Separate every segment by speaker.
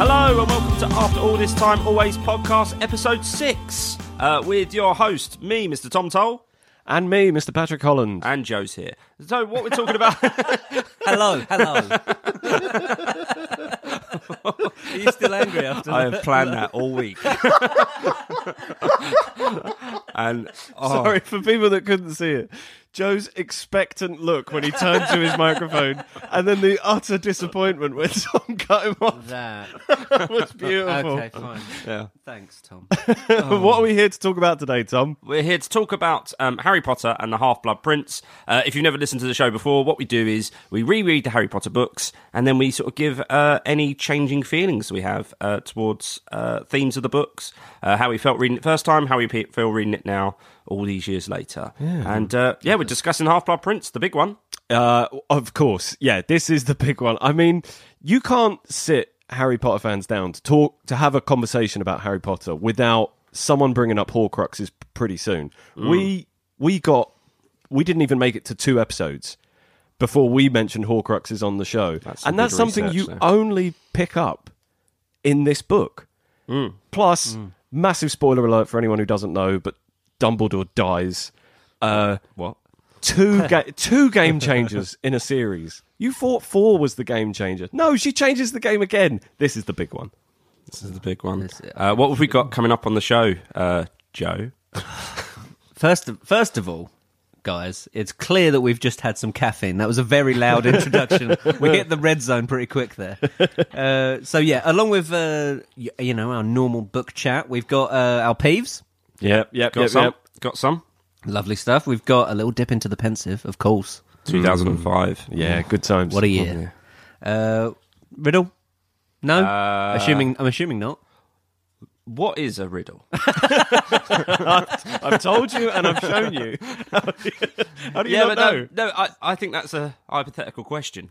Speaker 1: Hello and welcome to After All This Time Always podcast, episode six, uh, with your host, me, Mr. Tom Toll,
Speaker 2: And me, Mr. Patrick Holland.
Speaker 1: and Joe's here. So, what we're talking about?
Speaker 3: Hello, hello. Are you still angry after
Speaker 1: I
Speaker 3: that?
Speaker 1: have planned that all week. and oh,
Speaker 2: Sorry for people that couldn't see it. Joe's expectant look when he turned to his microphone, and then the utter disappointment when Tom cut him off
Speaker 3: That.
Speaker 2: was beautiful.
Speaker 3: Okay, fine.
Speaker 1: yeah.
Speaker 3: Thanks, Tom.
Speaker 2: What are we here to talk about today, Tom?
Speaker 1: We're here to talk about um, Harry Potter and the Half Blood Prince. Uh, if you've never listened to the show before, what we do is we reread the Harry Potter books and then we sort of give uh, any changing feelings we have uh, towards uh, themes of the books, uh, how we felt reading it first time, how we pe- feel reading it now, all these years later. And uh, yeah, we're discussing Half Blood Prince, the big one.
Speaker 2: Uh, of course, yeah. This is the big one. I mean, you can't sit Harry Potter fans down to talk to have a conversation about Harry Potter without someone bringing up Horcruxes pretty soon.
Speaker 1: Mm.
Speaker 2: We we got we didn't even make it to two episodes before we mentioned Horcruxes on the show,
Speaker 1: some
Speaker 2: and that's
Speaker 1: good
Speaker 2: something
Speaker 1: research
Speaker 2: you
Speaker 1: there.
Speaker 2: only pick up in this book.
Speaker 1: Mm.
Speaker 2: Plus, massive spoiler alert for anyone who doesn't know, but Dumbledore dies Uh,
Speaker 1: What?
Speaker 2: two ga- two game changers in a series. You thought four was the game changer. No, she changes the game again. This is the big one.
Speaker 1: This is the big one. Uh, what have we got coming up on the show, uh, Joe?
Speaker 3: First of, first of all, guys, it's clear that we've just had some caffeine. That was a very loud introduction. we hit the red zone pretty quick there. Uh, so, yeah, along with, uh, y- you know, our normal book chat, we've got uh, our peeves.
Speaker 2: Yep, yep,
Speaker 1: Got some? Got some?
Speaker 3: Lovely stuff. We've got a little dip into the pensive, of course.
Speaker 1: 2005.
Speaker 2: Yeah, good times.
Speaker 3: What a year. Uh, riddle? No?
Speaker 1: Uh,
Speaker 3: assuming I'm assuming not.
Speaker 1: What is a riddle?
Speaker 2: I've told you and I've shown you. How do you
Speaker 1: yeah,
Speaker 2: not
Speaker 1: but
Speaker 2: know?
Speaker 1: no, no. I, I think that's a hypothetical question.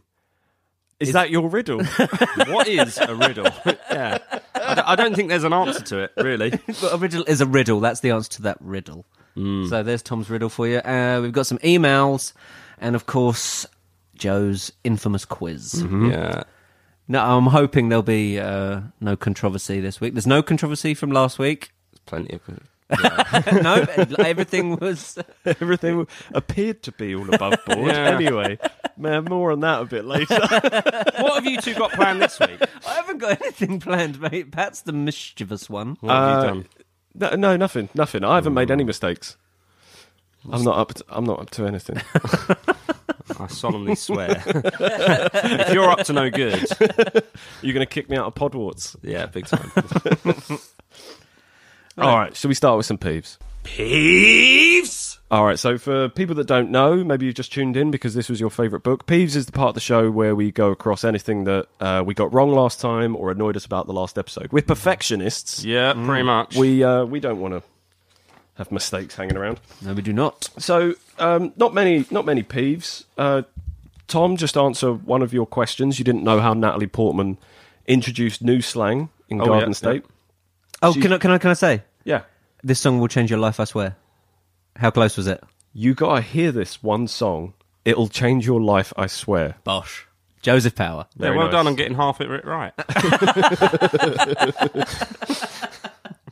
Speaker 2: Is that your riddle?
Speaker 1: What is a riddle? yeah, I don't, I don't think there's an answer to it really.
Speaker 3: But a riddle is a riddle. That's the answer to that riddle. So there's Tom's riddle for you. Uh, we've got some emails, and of course, Joe's infamous quiz.
Speaker 1: Mm-hmm. Yeah,
Speaker 3: No, I'm hoping there'll be uh, no controversy this week. There's no controversy from last week.
Speaker 1: there's plenty of.
Speaker 3: no, everything was.
Speaker 2: Everything appeared to be all above board.
Speaker 1: Yeah.
Speaker 2: Anyway, man, more on that a bit later.
Speaker 1: What have you two got planned this week?
Speaker 3: I haven't got anything planned, mate. Pat's the mischievous one.
Speaker 1: What have
Speaker 2: Uh,
Speaker 1: you done?
Speaker 2: No, no, nothing, nothing. I haven't made any mistakes. I'm not up. To, I'm not up to anything.
Speaker 1: Uh, I solemnly swear. if you're up to no good,
Speaker 2: You're going to kick me out of Podwarts.
Speaker 1: yeah, big time.
Speaker 2: All right, shall we start with some peeves?
Speaker 1: Peeves.
Speaker 2: All right, so for people that don't know, maybe you've just tuned in because this was your favourite book. Peeves is the part of the show where we go across anything that uh, we got wrong last time or annoyed us about the last episode. We're perfectionists.
Speaker 1: Yeah, pretty much.
Speaker 2: We uh, we don't want to have mistakes hanging around.
Speaker 3: No, we do not.
Speaker 2: So um, not many not many peeves. Uh, Tom, just answer one of your questions. You didn't know how Natalie Portman introduced new slang in
Speaker 1: Oh, yeah,
Speaker 2: Garden
Speaker 1: yeah.
Speaker 2: State.
Speaker 3: Oh,
Speaker 2: She-
Speaker 3: can I, can I can I say
Speaker 2: Yeah.
Speaker 3: this song will change your life? I swear. How close was it?
Speaker 2: You gotta hear this one song. It'll change your life, I swear.
Speaker 3: Bosh. Joseph Power.
Speaker 1: yeah,
Speaker 2: Very
Speaker 1: well
Speaker 2: nice.
Speaker 1: done on getting half it right.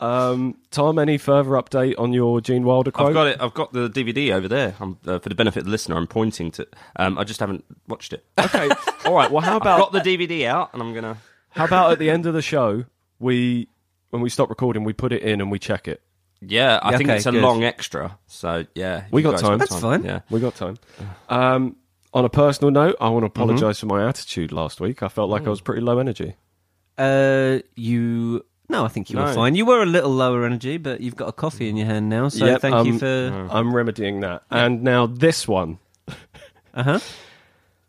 Speaker 2: Um, Tom, any further update on your Gene Wilder quote?
Speaker 1: I've got it. I've got the DVD over there. I'm, uh, for the benefit of the listener, I'm pointing to. Um, I just haven't watched it. I've
Speaker 2: Okay. All right. Well, how about
Speaker 1: got the DVD out, and I'm gonna.
Speaker 2: how about at the end of the show we when we stop recording we put it in and we check it.
Speaker 1: Yeah, I think
Speaker 3: Okay,
Speaker 1: it's a
Speaker 3: good.
Speaker 1: long extra. So yeah, if
Speaker 2: We
Speaker 1: you
Speaker 2: got
Speaker 1: guys
Speaker 2: time.
Speaker 3: That's fine.
Speaker 1: Yeah,
Speaker 2: We got time. Um, on a personal note, I want
Speaker 1: Mm-hmm.
Speaker 2: to apologize for my attitude last week. I felt like I was
Speaker 1: Mm.
Speaker 2: pretty low energy.
Speaker 3: Uh, you. No, I think you
Speaker 2: No.
Speaker 3: were fine. You were a little lower energy, but you've got a coffee in your hand now, so
Speaker 2: Yep,
Speaker 3: thank
Speaker 2: um,
Speaker 3: you for.
Speaker 2: I'm remedying that. And now this one.
Speaker 3: Uh huh.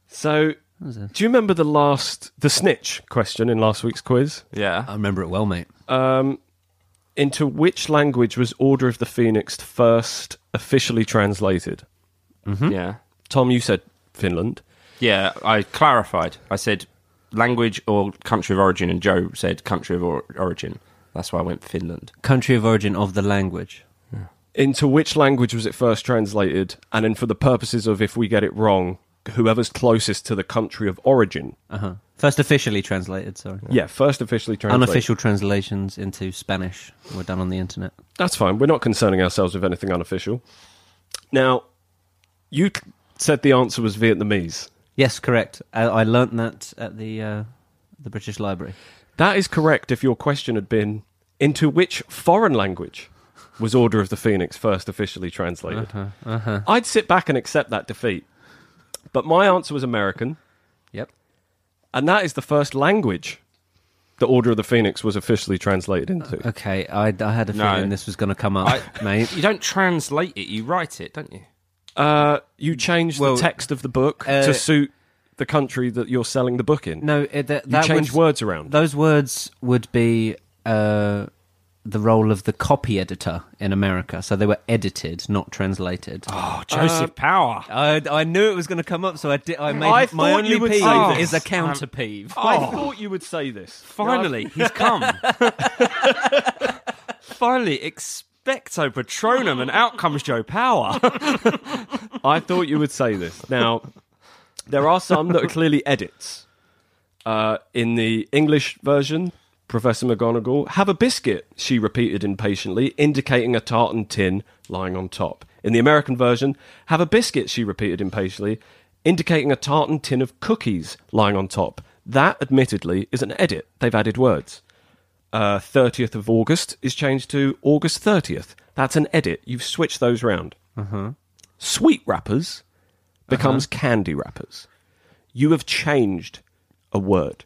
Speaker 2: So, do you remember the last the snitch question in last week's quiz?
Speaker 1: yeah.
Speaker 3: I remember it well, mate.
Speaker 2: Um, into which language was Order of the Phoenix first officially translated?
Speaker 1: Yeah.
Speaker 2: Tom, you said Finland.
Speaker 1: Yeah, I clarified. I said language or country of origin, and Joe said country of or- origin. That's why I went Finland.
Speaker 3: Country of origin of the language.
Speaker 2: Into which language was it first translated? And then, for the purposes of if we get it wrong, whoever's closest to the country of origin
Speaker 3: Uh-huh. First officially translated, sorry.
Speaker 2: Yeah, first officially translated.
Speaker 3: Unofficial translations into Spanish were done on the internet.
Speaker 2: That's fine. We're not concerning ourselves with anything unofficial. Now, you c- said the answer was Vietnamese.
Speaker 3: Yes, correct. I, I learnt that at the uh, the British Library.
Speaker 2: That is correct if your question had been into which foreign language was Order of the Phoenix first officially translated.
Speaker 3: Uh-huh,
Speaker 2: I'd sit back and accept that defeat. But my answer was American,
Speaker 3: Yep.
Speaker 2: and that is the first language the Order of the Phoenix was officially translated into.
Speaker 3: Uh, Okay, I, I had a
Speaker 1: No.
Speaker 3: feeling this was going to come up,
Speaker 1: I-
Speaker 3: mate.
Speaker 1: You don't translate it; you write it, don't you?
Speaker 2: Uh, you changed
Speaker 3: Well,
Speaker 2: the text of the book
Speaker 3: uh,
Speaker 2: to suit the country that you're selling the book in.
Speaker 3: No, it, that,
Speaker 2: you
Speaker 3: that
Speaker 2: changed
Speaker 3: would,
Speaker 2: words around.
Speaker 3: Those words would be uh, the role of the copy editor in America. So they were edited, not translated.
Speaker 1: Oh, Joseph Power.
Speaker 3: Ah. I, I knew it was going to come up, so I did. I made
Speaker 2: I
Speaker 3: my
Speaker 2: thought you
Speaker 3: only
Speaker 2: would
Speaker 3: peeve
Speaker 2: say Um, oh.
Speaker 1: this.
Speaker 3: is a counter peeve.
Speaker 2: I thought you would say this.
Speaker 1: Finally, he's come. Finally, expecto patronum, and out comes Joe Power.
Speaker 2: I thought you would say this. Now, there are some that are clearly edits. Uh, in the English version, Professor McGonagall, have a biscuit, she repeated impatiently, indicating a tartan tin lying on top. In the American version, have a biscuit, she repeated impatiently, indicating a tartan tin of cookies lying on top. That, admittedly, is an edit. They've added words. Uh, 30th of August is changed to August 30th. That's an edit. You've switched those round sweet wrappers becomes candy wrappers. You have changed a word.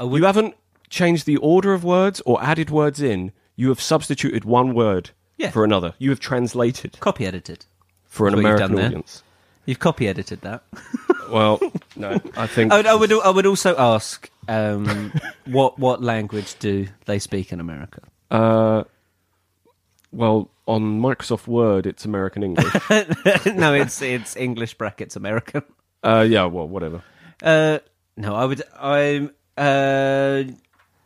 Speaker 2: you haven't changed the order of words or added words in. You have substituted one word
Speaker 3: Yeah.
Speaker 2: for another. You have translated
Speaker 3: Copy edited.
Speaker 2: for an
Speaker 3: That's what you've
Speaker 2: American
Speaker 3: done there.
Speaker 2: audience.
Speaker 3: You've copy edited that.
Speaker 2: Well, Oh, no, I think
Speaker 3: I would, I would, I would also ask um, what what language do they speak in America?
Speaker 2: well on Microsoft Word it's American English.
Speaker 3: no, it's it's English brackets American.
Speaker 2: uh, yeah, well, whatever.
Speaker 3: Uh, no, I would. I'm. Uh,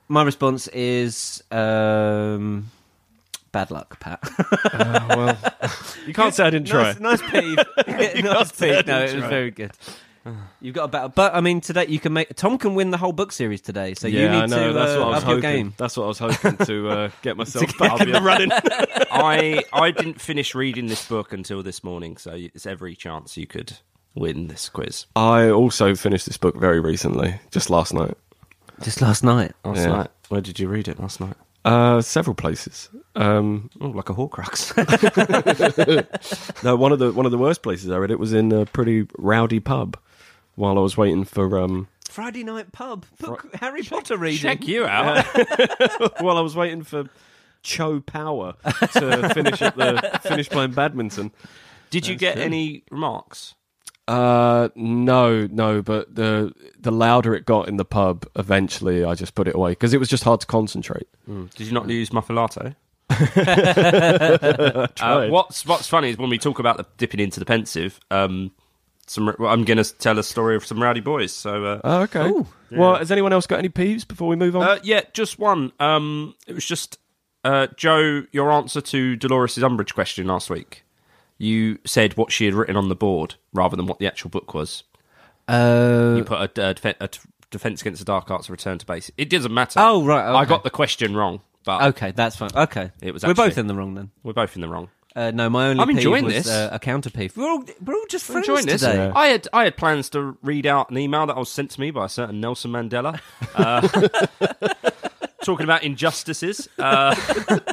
Speaker 3: my response is um, bad luck, Pat.
Speaker 2: You can't say I didn't try.
Speaker 3: nice, nice peeve. nice peeve. No, it was very good. You've got a battle, but I mean, today you can make Tom can win the whole book series today. So you
Speaker 2: yeah,
Speaker 3: need
Speaker 2: I know.
Speaker 3: to
Speaker 2: that's
Speaker 3: uh,
Speaker 2: what I was
Speaker 3: up
Speaker 2: hoping.
Speaker 3: your game.
Speaker 2: That's what I was hoping to uh, get myself
Speaker 1: get
Speaker 2: back in the running.
Speaker 1: I I didn't finish reading this book until this morning, so it's every chance you could win this quiz.
Speaker 2: I also finished this book very recently, just last night.
Speaker 3: Just last night.
Speaker 1: Last
Speaker 2: Yeah.
Speaker 1: night, where did you read it last night?
Speaker 2: Uh, several places. Um,
Speaker 1: Oh, like a Horcrux.
Speaker 2: no, one of the one of the worst places I read it was in a pretty rowdy pub while I was waiting for um
Speaker 3: Friday night pub. Book, Harry Potter reading.
Speaker 1: Check you out.
Speaker 2: while I was waiting for Cho Power to finish up the finish playing badminton.
Speaker 1: Did you get any remarks?
Speaker 2: Uh, no, no, but the the louder it got in the pub, eventually I just put it away because it was just hard to concentrate.
Speaker 1: Did you not use muffalato? Uh,
Speaker 2: tried.
Speaker 1: what's What's funny is when we talk about the dipping into the pensive. Um, some well, I'm going to tell a story of some rowdy boys. So uh,
Speaker 2: Oh, okay. Well, has anyone else got any peeves before we move on?
Speaker 1: Uh, yeah, just one. Um, it was just uh, Joe. Your answer to Dolores' umbrage question last week. You said what she had written on the board rather than what the actual book was.
Speaker 3: Uh,
Speaker 1: You put a, a, defe- a t- defense against the dark arts, a return to base. It doesn't matter.
Speaker 3: Oh, right,
Speaker 1: I
Speaker 3: okay.
Speaker 1: got the question wrong, but
Speaker 3: okay, that's fine. Okay,
Speaker 1: It was
Speaker 3: we're both
Speaker 1: actually-
Speaker 3: in the wrong then.
Speaker 1: we're both in the wrong.
Speaker 3: Uh, no, my only
Speaker 1: I'm
Speaker 3: peeve
Speaker 1: enjoying
Speaker 3: was
Speaker 1: this.
Speaker 3: Uh, a counter peeve. We're all we're all just friends
Speaker 1: enjoying this.
Speaker 3: today.
Speaker 1: I had I had plans to read out an email that was sent to me by a certain Nelson Mandela, uh, talking about injustices uh,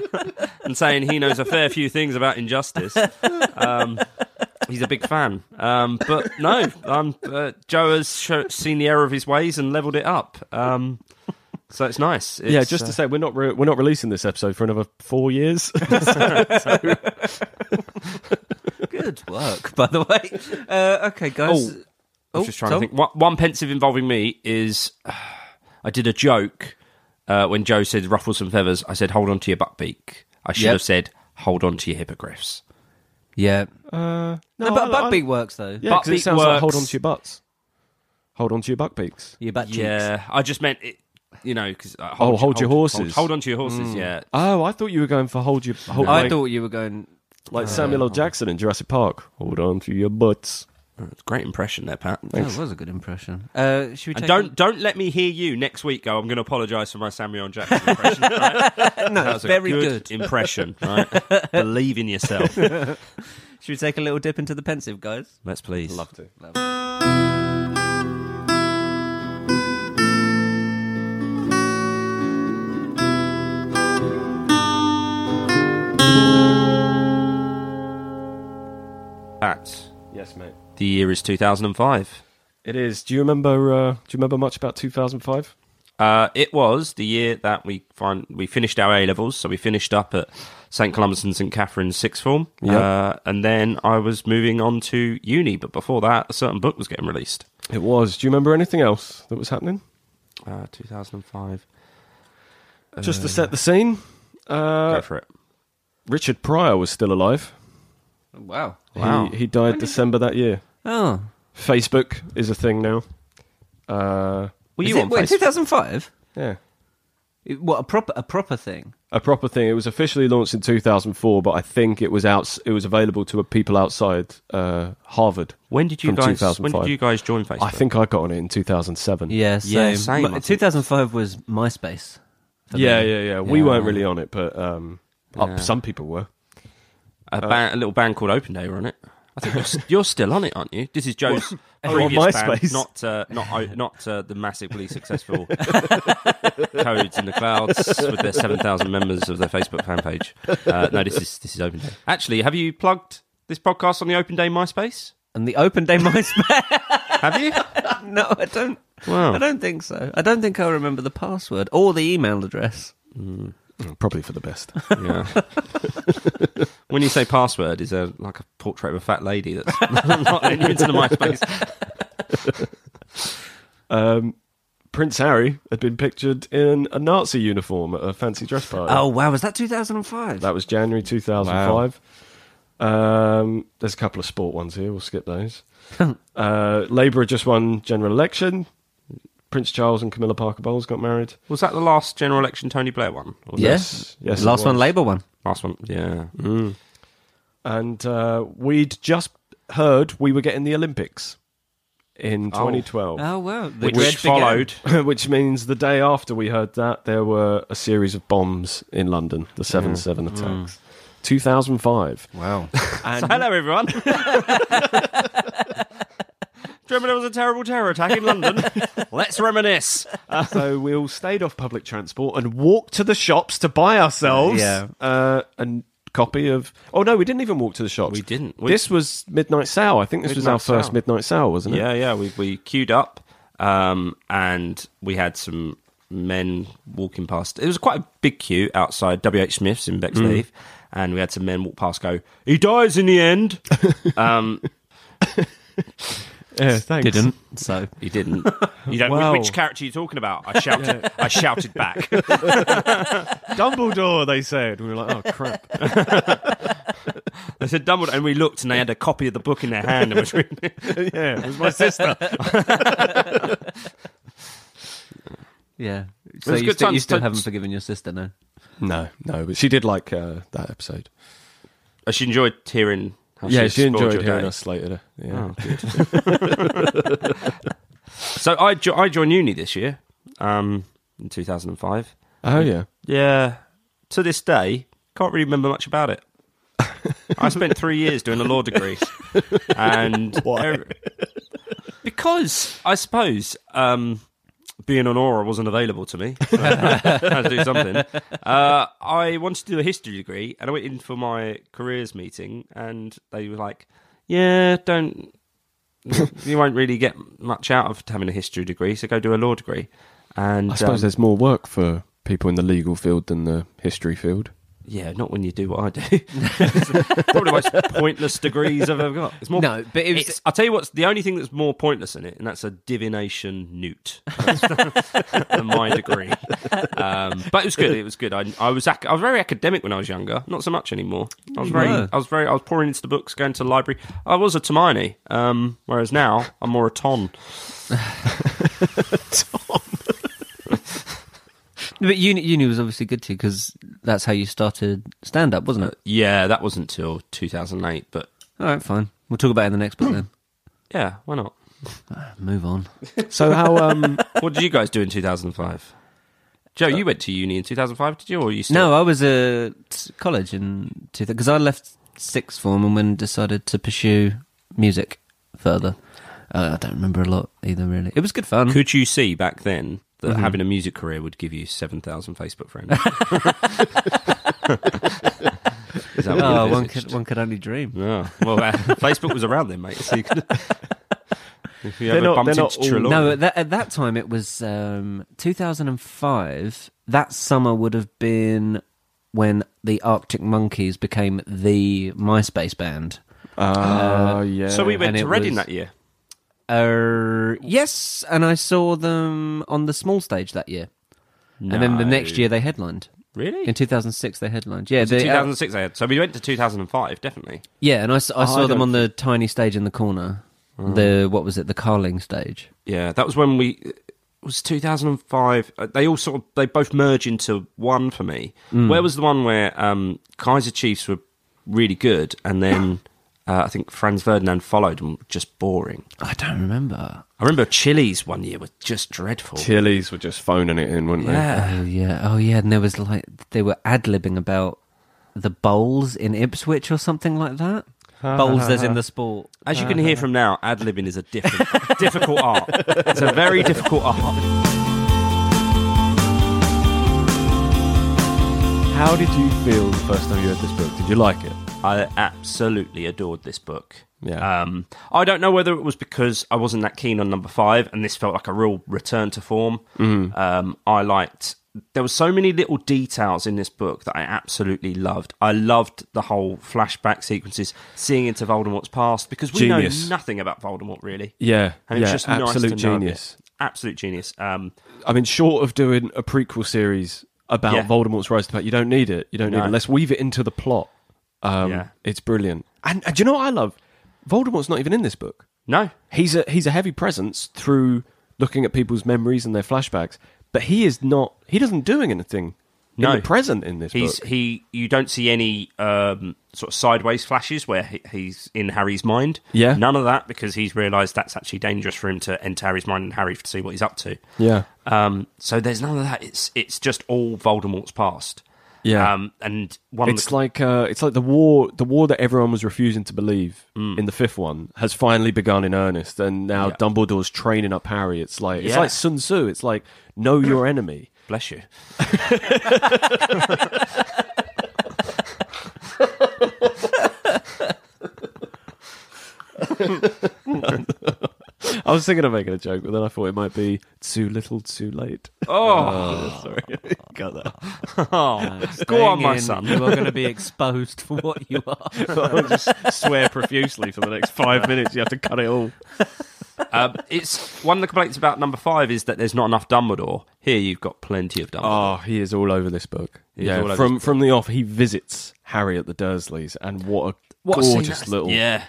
Speaker 1: and saying he knows a fair few things about injustice. Um, he's a big fan, um, but no, um, uh, Joe has sho seen the error of his ways and leveled it up. Um, so it's nice. It's,
Speaker 2: yeah, just
Speaker 1: uh,
Speaker 2: to say, we're not re- we're not releasing this episode for another four years.
Speaker 3: Good work, by the way. Uh, okay, guys.
Speaker 1: Oh, I was just trying to think. One, one pensive involving me is I did a joke uh, when Joe said ruffles and feathers. I said, hold on to your butt beak. I should
Speaker 3: Yep.
Speaker 1: have said, hold on to your hippogriffs.
Speaker 3: Yeah,
Speaker 2: No,
Speaker 3: but
Speaker 2: Uh, I- I-
Speaker 3: Buckbeak works though.
Speaker 2: Yeah, 'cause
Speaker 1: Buckbeak
Speaker 2: it sounds like hold
Speaker 1: works.
Speaker 2: on to your butts. Hold on to your buck beaks.
Speaker 3: Your butt cheeks.
Speaker 1: Yeah, I just meant it, you know, because. Uh,
Speaker 2: Oh, hold your horses.
Speaker 1: Hold, on to your horses, Mm. yeah.
Speaker 2: Oh, I thought you were going for hold your. Hold,
Speaker 3: I
Speaker 2: like,
Speaker 3: thought you were going.
Speaker 2: Uh, like Samuel L. Jackson in Jurassic Park. Hold on to your butts.
Speaker 1: That's Oh, a great impression there, Pat.
Speaker 3: That was a good impression. Uh, should we
Speaker 1: And
Speaker 3: take
Speaker 1: don't don't let me hear you next week. Go. I'm going to apologise for my Samuel Jackson impression. no, that was a
Speaker 3: very
Speaker 1: good, impression. Right? Believe in yourself.
Speaker 3: Should we take a little dip into the pensive, guys?
Speaker 1: Let's please.
Speaker 2: Love to.
Speaker 1: Pat.
Speaker 2: Yes, mate.
Speaker 1: The year is 2005.
Speaker 2: It is. Do you remember? Uh, do you remember much about 2005?
Speaker 1: Uh, it was the year that we fin we finished our A levels, so we finished up at St Columbus and St Catherine's sixth form,
Speaker 2: Yeah.
Speaker 1: uh, and then I was moving on to uni. But before that, a certain book was getting released.
Speaker 2: It was. Do you remember anything else that was happening?
Speaker 1: Uh, 2005.
Speaker 2: Just to set the scene,
Speaker 1: Go
Speaker 2: uh,
Speaker 1: for it.
Speaker 2: Richard Pryor was still alive.
Speaker 3: Wow.
Speaker 1: Wow.
Speaker 2: He, he died December that year.
Speaker 3: Oh.
Speaker 2: Facebook is a thing now. Uh,
Speaker 1: Were
Speaker 3: Is
Speaker 1: you
Speaker 3: it-
Speaker 1: on
Speaker 3: wait,
Speaker 1: Facebook?
Speaker 3: 2005?
Speaker 2: yeah.
Speaker 3: It- What, a proper, a proper thing?
Speaker 2: A proper thing. It was officially launched in 2004, but I think it was out. It was available to people outside uh, Harvard.
Speaker 1: When did you
Speaker 2: from
Speaker 1: guys?
Speaker 2: 2005.
Speaker 1: When did you guys join Facebook?
Speaker 2: I think I got on it in 2007.
Speaker 3: Yeah, same.
Speaker 1: Yeah, same, I
Speaker 3: But
Speaker 1: think.
Speaker 3: 2005 was MySpace. for
Speaker 2: yeah,
Speaker 3: me.
Speaker 2: yeah, yeah. We
Speaker 3: Yeah.
Speaker 2: weren't really on it, but um, uh,
Speaker 1: Yeah.
Speaker 2: some people were.
Speaker 1: a,
Speaker 2: uh,
Speaker 1: ba- a little band called Open Day were on it. I think you're, s- you're still on it, aren't you? This is Joe's previous
Speaker 2: on
Speaker 1: band,
Speaker 2: MySpace?
Speaker 1: not uh, not o- not uh, the massively successful codes in the clouds with their seven thousand members of their Facebook fan page. Uh, no, this is this is Open Day. Actually, have you plugged this podcast on the Open Day MySpace?
Speaker 3: And the Open Day MySpace.
Speaker 1: Have you?
Speaker 3: no, I don't. I
Speaker 1: Wow.
Speaker 3: don't think so. I don't think I remember the password or the email address.
Speaker 2: Mm, Probably for the best.
Speaker 1: Yeah. when you say password, is there like a portrait of a fat lady that's not letting you into the MySpace?
Speaker 2: um, Prince Harry had been pictured in a Nazi uniform at a fancy dress party.
Speaker 3: Oh wow, was that 2005?
Speaker 2: uh, That was January 2005. Um, there's a couple of sport ones here. We'll skip those. uh, Labour had just won general election. Prince Charles and Camilla Parker Bowles got married.
Speaker 1: Was that the last general election Tony Blair won? Or was it
Speaker 2: Yes,
Speaker 3: yes,
Speaker 2: yes, it
Speaker 3: Last one,
Speaker 2: was.
Speaker 3: Labour one.
Speaker 1: Last one, yeah.
Speaker 2: And uh, we'd just heard we were getting the Olympics in
Speaker 1: Oh.
Speaker 2: 2012.
Speaker 3: Oh wow, the
Speaker 1: which
Speaker 3: dread began.
Speaker 1: followed.
Speaker 2: Which means the day after we heard that, there were a series of bombs in London, the 7 7 attacks. 2005.
Speaker 3: Wow.
Speaker 1: So hello, everyone. Do you remember there was a terrible terror attack in London? Let's reminisce.
Speaker 2: so we all stayed off public transport and walked to the shops to buy ourselves
Speaker 3: Yeah.
Speaker 2: uh, a copy of. Oh no, we didn't even walk to the shops.
Speaker 1: We didn't. We-
Speaker 2: this was midnight sale. I think this was
Speaker 1: Midnight
Speaker 2: our first
Speaker 1: sale.
Speaker 2: midnight sale, wasn't it?
Speaker 1: Yeah, yeah. We we queued up, um, and we had some men walking past. It was quite a big queue outside W. H. Smith's in Bexleyth, and we had some men walk past. Go, he dies in the end. um,
Speaker 2: Yeah, thanks.
Speaker 3: Didn't so.
Speaker 1: he didn't. You don't.
Speaker 2: Wow.
Speaker 1: Which character are you talking about? I shouted. I shouted back.
Speaker 2: Dumbledore? They said we were like, oh crap.
Speaker 1: They said Dumbledore, and we looked, and they had a copy of the book in their hand, and was reading. it.
Speaker 2: yeah, it was my sister.
Speaker 3: Yeah. So
Speaker 1: was
Speaker 3: you,
Speaker 1: good
Speaker 3: still, you
Speaker 1: times
Speaker 3: still
Speaker 1: to-
Speaker 3: haven't forgiven your sister, no?
Speaker 2: no, no, but she did like uh, that episode.
Speaker 1: Uh, She enjoyed hearing. How
Speaker 2: yeah, she
Speaker 1: spoiled
Speaker 2: enjoyed
Speaker 1: your
Speaker 2: hearing
Speaker 1: day. Oh,
Speaker 2: us later. Yeah.
Speaker 1: So I jo- I joined uni this year, um, in 2005.
Speaker 2: Oh yeah.
Speaker 1: Yeah, to this day, can't really remember much about it. I spent three years doing a law degree, and
Speaker 2: Why?
Speaker 1: because I suppose um, being on aura wasn't available to me. I had to do something. Uh, I wanted to do a history degree, and I went in for my careers meeting, and they were like, "Yeah, don't you won't really get much out of having a history degree, so go do a law degree." And
Speaker 2: I suppose
Speaker 1: um,
Speaker 2: there's more work for people in the legal field than the history field.
Speaker 1: Yeah, not when you do what I do. It's Probably the most pointless degrees I've ever got. It's more.
Speaker 3: No, but it was-
Speaker 1: it's- I'll tell you what's the only thing that's more pointless in it, and that's a divination newt. than my degree, um, but it was good. It was good. I, I was ac- I was very academic when I was younger. Not so much anymore. I was very
Speaker 3: were.
Speaker 1: I was very I was pouring into the books, going to the library. I was a Tamini, um, whereas now I'm more a Ton.
Speaker 3: But uni, uni was obviously good to you because that's how you started stand up, wasn't it?
Speaker 1: Yeah, that wasn't till 2008, but
Speaker 3: Uh, All right, fine. We'll talk about it in the next book then.
Speaker 1: Yeah, why not?
Speaker 3: Move on.
Speaker 2: So how um
Speaker 1: What did you guys do in 2005? Joe, you went to uni in 2005, did you? Or you still?
Speaker 3: No, I was at college in two because I left sixth form and then decided to pursue music further. Uh, I don't remember a lot either. Really, it was good fun.
Speaker 1: Could you see back then that having a music career would give you 7,000 Facebook friends? Is that what you
Speaker 3: Oh, one
Speaker 1: envisaged?
Speaker 3: could one could only dream.
Speaker 1: Yeah. Well, uh, Facebook was around then, mate. So you could. if you
Speaker 2: They're
Speaker 1: ever
Speaker 2: not-
Speaker 1: bumped into
Speaker 2: they're not all-
Speaker 1: Trelawney.
Speaker 3: No, uh, at that, at that time it was um, 2005. That summer would have been when the Arctic Monkeys became the MySpace band.
Speaker 2: uh, yeah.
Speaker 1: so we
Speaker 3: and
Speaker 1: went
Speaker 3: it
Speaker 1: to Reading
Speaker 3: was-
Speaker 1: that year.
Speaker 3: Uh, yes, and I saw them on the small stage that year. And then the next year they headlined.
Speaker 1: Really?
Speaker 3: In uh, 2006 they headlined. Yeah, they,
Speaker 1: 2006 I had. So we went to 2005, definitely.
Speaker 3: yeah, and I, s- Oh, I Mm. saw
Speaker 2: don't
Speaker 3: them on the tiny stage in the corner. The what was it? The Carling stage.
Speaker 1: Yeah, that was when we. It was 2005. Uh, They all sort of. They both merge into one for me. Where was the one where um, Kaiser Chiefs were really good and then. Uh, I think Franz Ferdinand followed and were just boring.
Speaker 3: I don't remember.
Speaker 1: I remember Chili's one year was just dreadful.
Speaker 2: Tillies were just phoning it in, weren't they?
Speaker 1: yeah.
Speaker 3: Oh yeah, oh yeah, and there was like they were ad libbing about the bowls in Ipswich or something like that. bowls as in the sport.
Speaker 1: As you can hear from now, ad libbing is a different, difficult art. It's a very difficult art.
Speaker 2: How did you feel the first time you read this book? Did you like it?
Speaker 1: I absolutely adored this book.
Speaker 2: Yeah.
Speaker 1: Um, I don't know whether it was because I wasn't that keen on number five, and this felt like a real return to form.
Speaker 2: Mm.
Speaker 1: Um, I liked. There were so many little details in this book that I absolutely loved. I loved the whole flashback sequences, seeing into Voldemort's past, because we
Speaker 2: Genius.
Speaker 1: know nothing about Voldemort really.
Speaker 2: Yeah,
Speaker 1: and it's
Speaker 2: yeah,
Speaker 1: just
Speaker 2: absolute
Speaker 1: nice to know a bit.
Speaker 2: genius.
Speaker 1: Absolute genius. Um,
Speaker 2: I mean, short of doing a prequel series about
Speaker 1: Yeah.
Speaker 2: Voldemort's rise to power, you don't need it. You don't need
Speaker 1: No.
Speaker 2: it. Let's weave it into the plot. Um,
Speaker 1: Yeah.
Speaker 2: It's brilliant. And, and do you know what I love? Voldemort's not even in this book.
Speaker 1: no,
Speaker 2: He's a he's a heavy presence through looking at people's memories and their flashbacks, but he is not. He doesn't doing anything.
Speaker 1: No.
Speaker 2: in the present in this
Speaker 1: He's
Speaker 2: book.
Speaker 1: he. You don't see any um, sort of sideways flashes where he, he's in Harry's mind.
Speaker 2: Yeah.
Speaker 1: none of that because he's realised that's actually dangerous for him to enter Harry's mind and Harry to see what he's up to.
Speaker 2: Yeah,
Speaker 1: Um, so there's none of that. It's it's just all Voldemort's past.
Speaker 2: Yeah.
Speaker 1: Um, and one
Speaker 2: it's
Speaker 1: of the,
Speaker 2: like uh, it's like the war the war that everyone was refusing to believe in the fifth one has finally begun in earnest, and now
Speaker 1: Yeah.
Speaker 2: Dumbledore's training up Harry. It's like it's
Speaker 1: Yeah.
Speaker 2: like Sun Tzu. It's like know your enemy.
Speaker 1: bless you.
Speaker 2: I was thinking of making a joke, but then I thought it might be too little, too late.
Speaker 1: Oh,
Speaker 2: Sorry, got that.
Speaker 3: Oh,
Speaker 1: go on, my
Speaker 3: Uh, Staying in,
Speaker 1: son.
Speaker 3: You are going to be exposed for what you are.
Speaker 2: I'll just swear profusely for the next five minutes. You have to cut it all.
Speaker 1: um, it's one of the complaints about number five is that there's not enough Dumbledore. Here you've got plenty of Dumbledore.
Speaker 2: Oh, he is all over this book.
Speaker 1: is
Speaker 2: yeah,
Speaker 1: all over
Speaker 2: from from the off, he visits Harry at the Dursleys, and what a
Speaker 1: What a scene
Speaker 2: gorgeous
Speaker 1: that's-
Speaker 2: little
Speaker 1: yeah,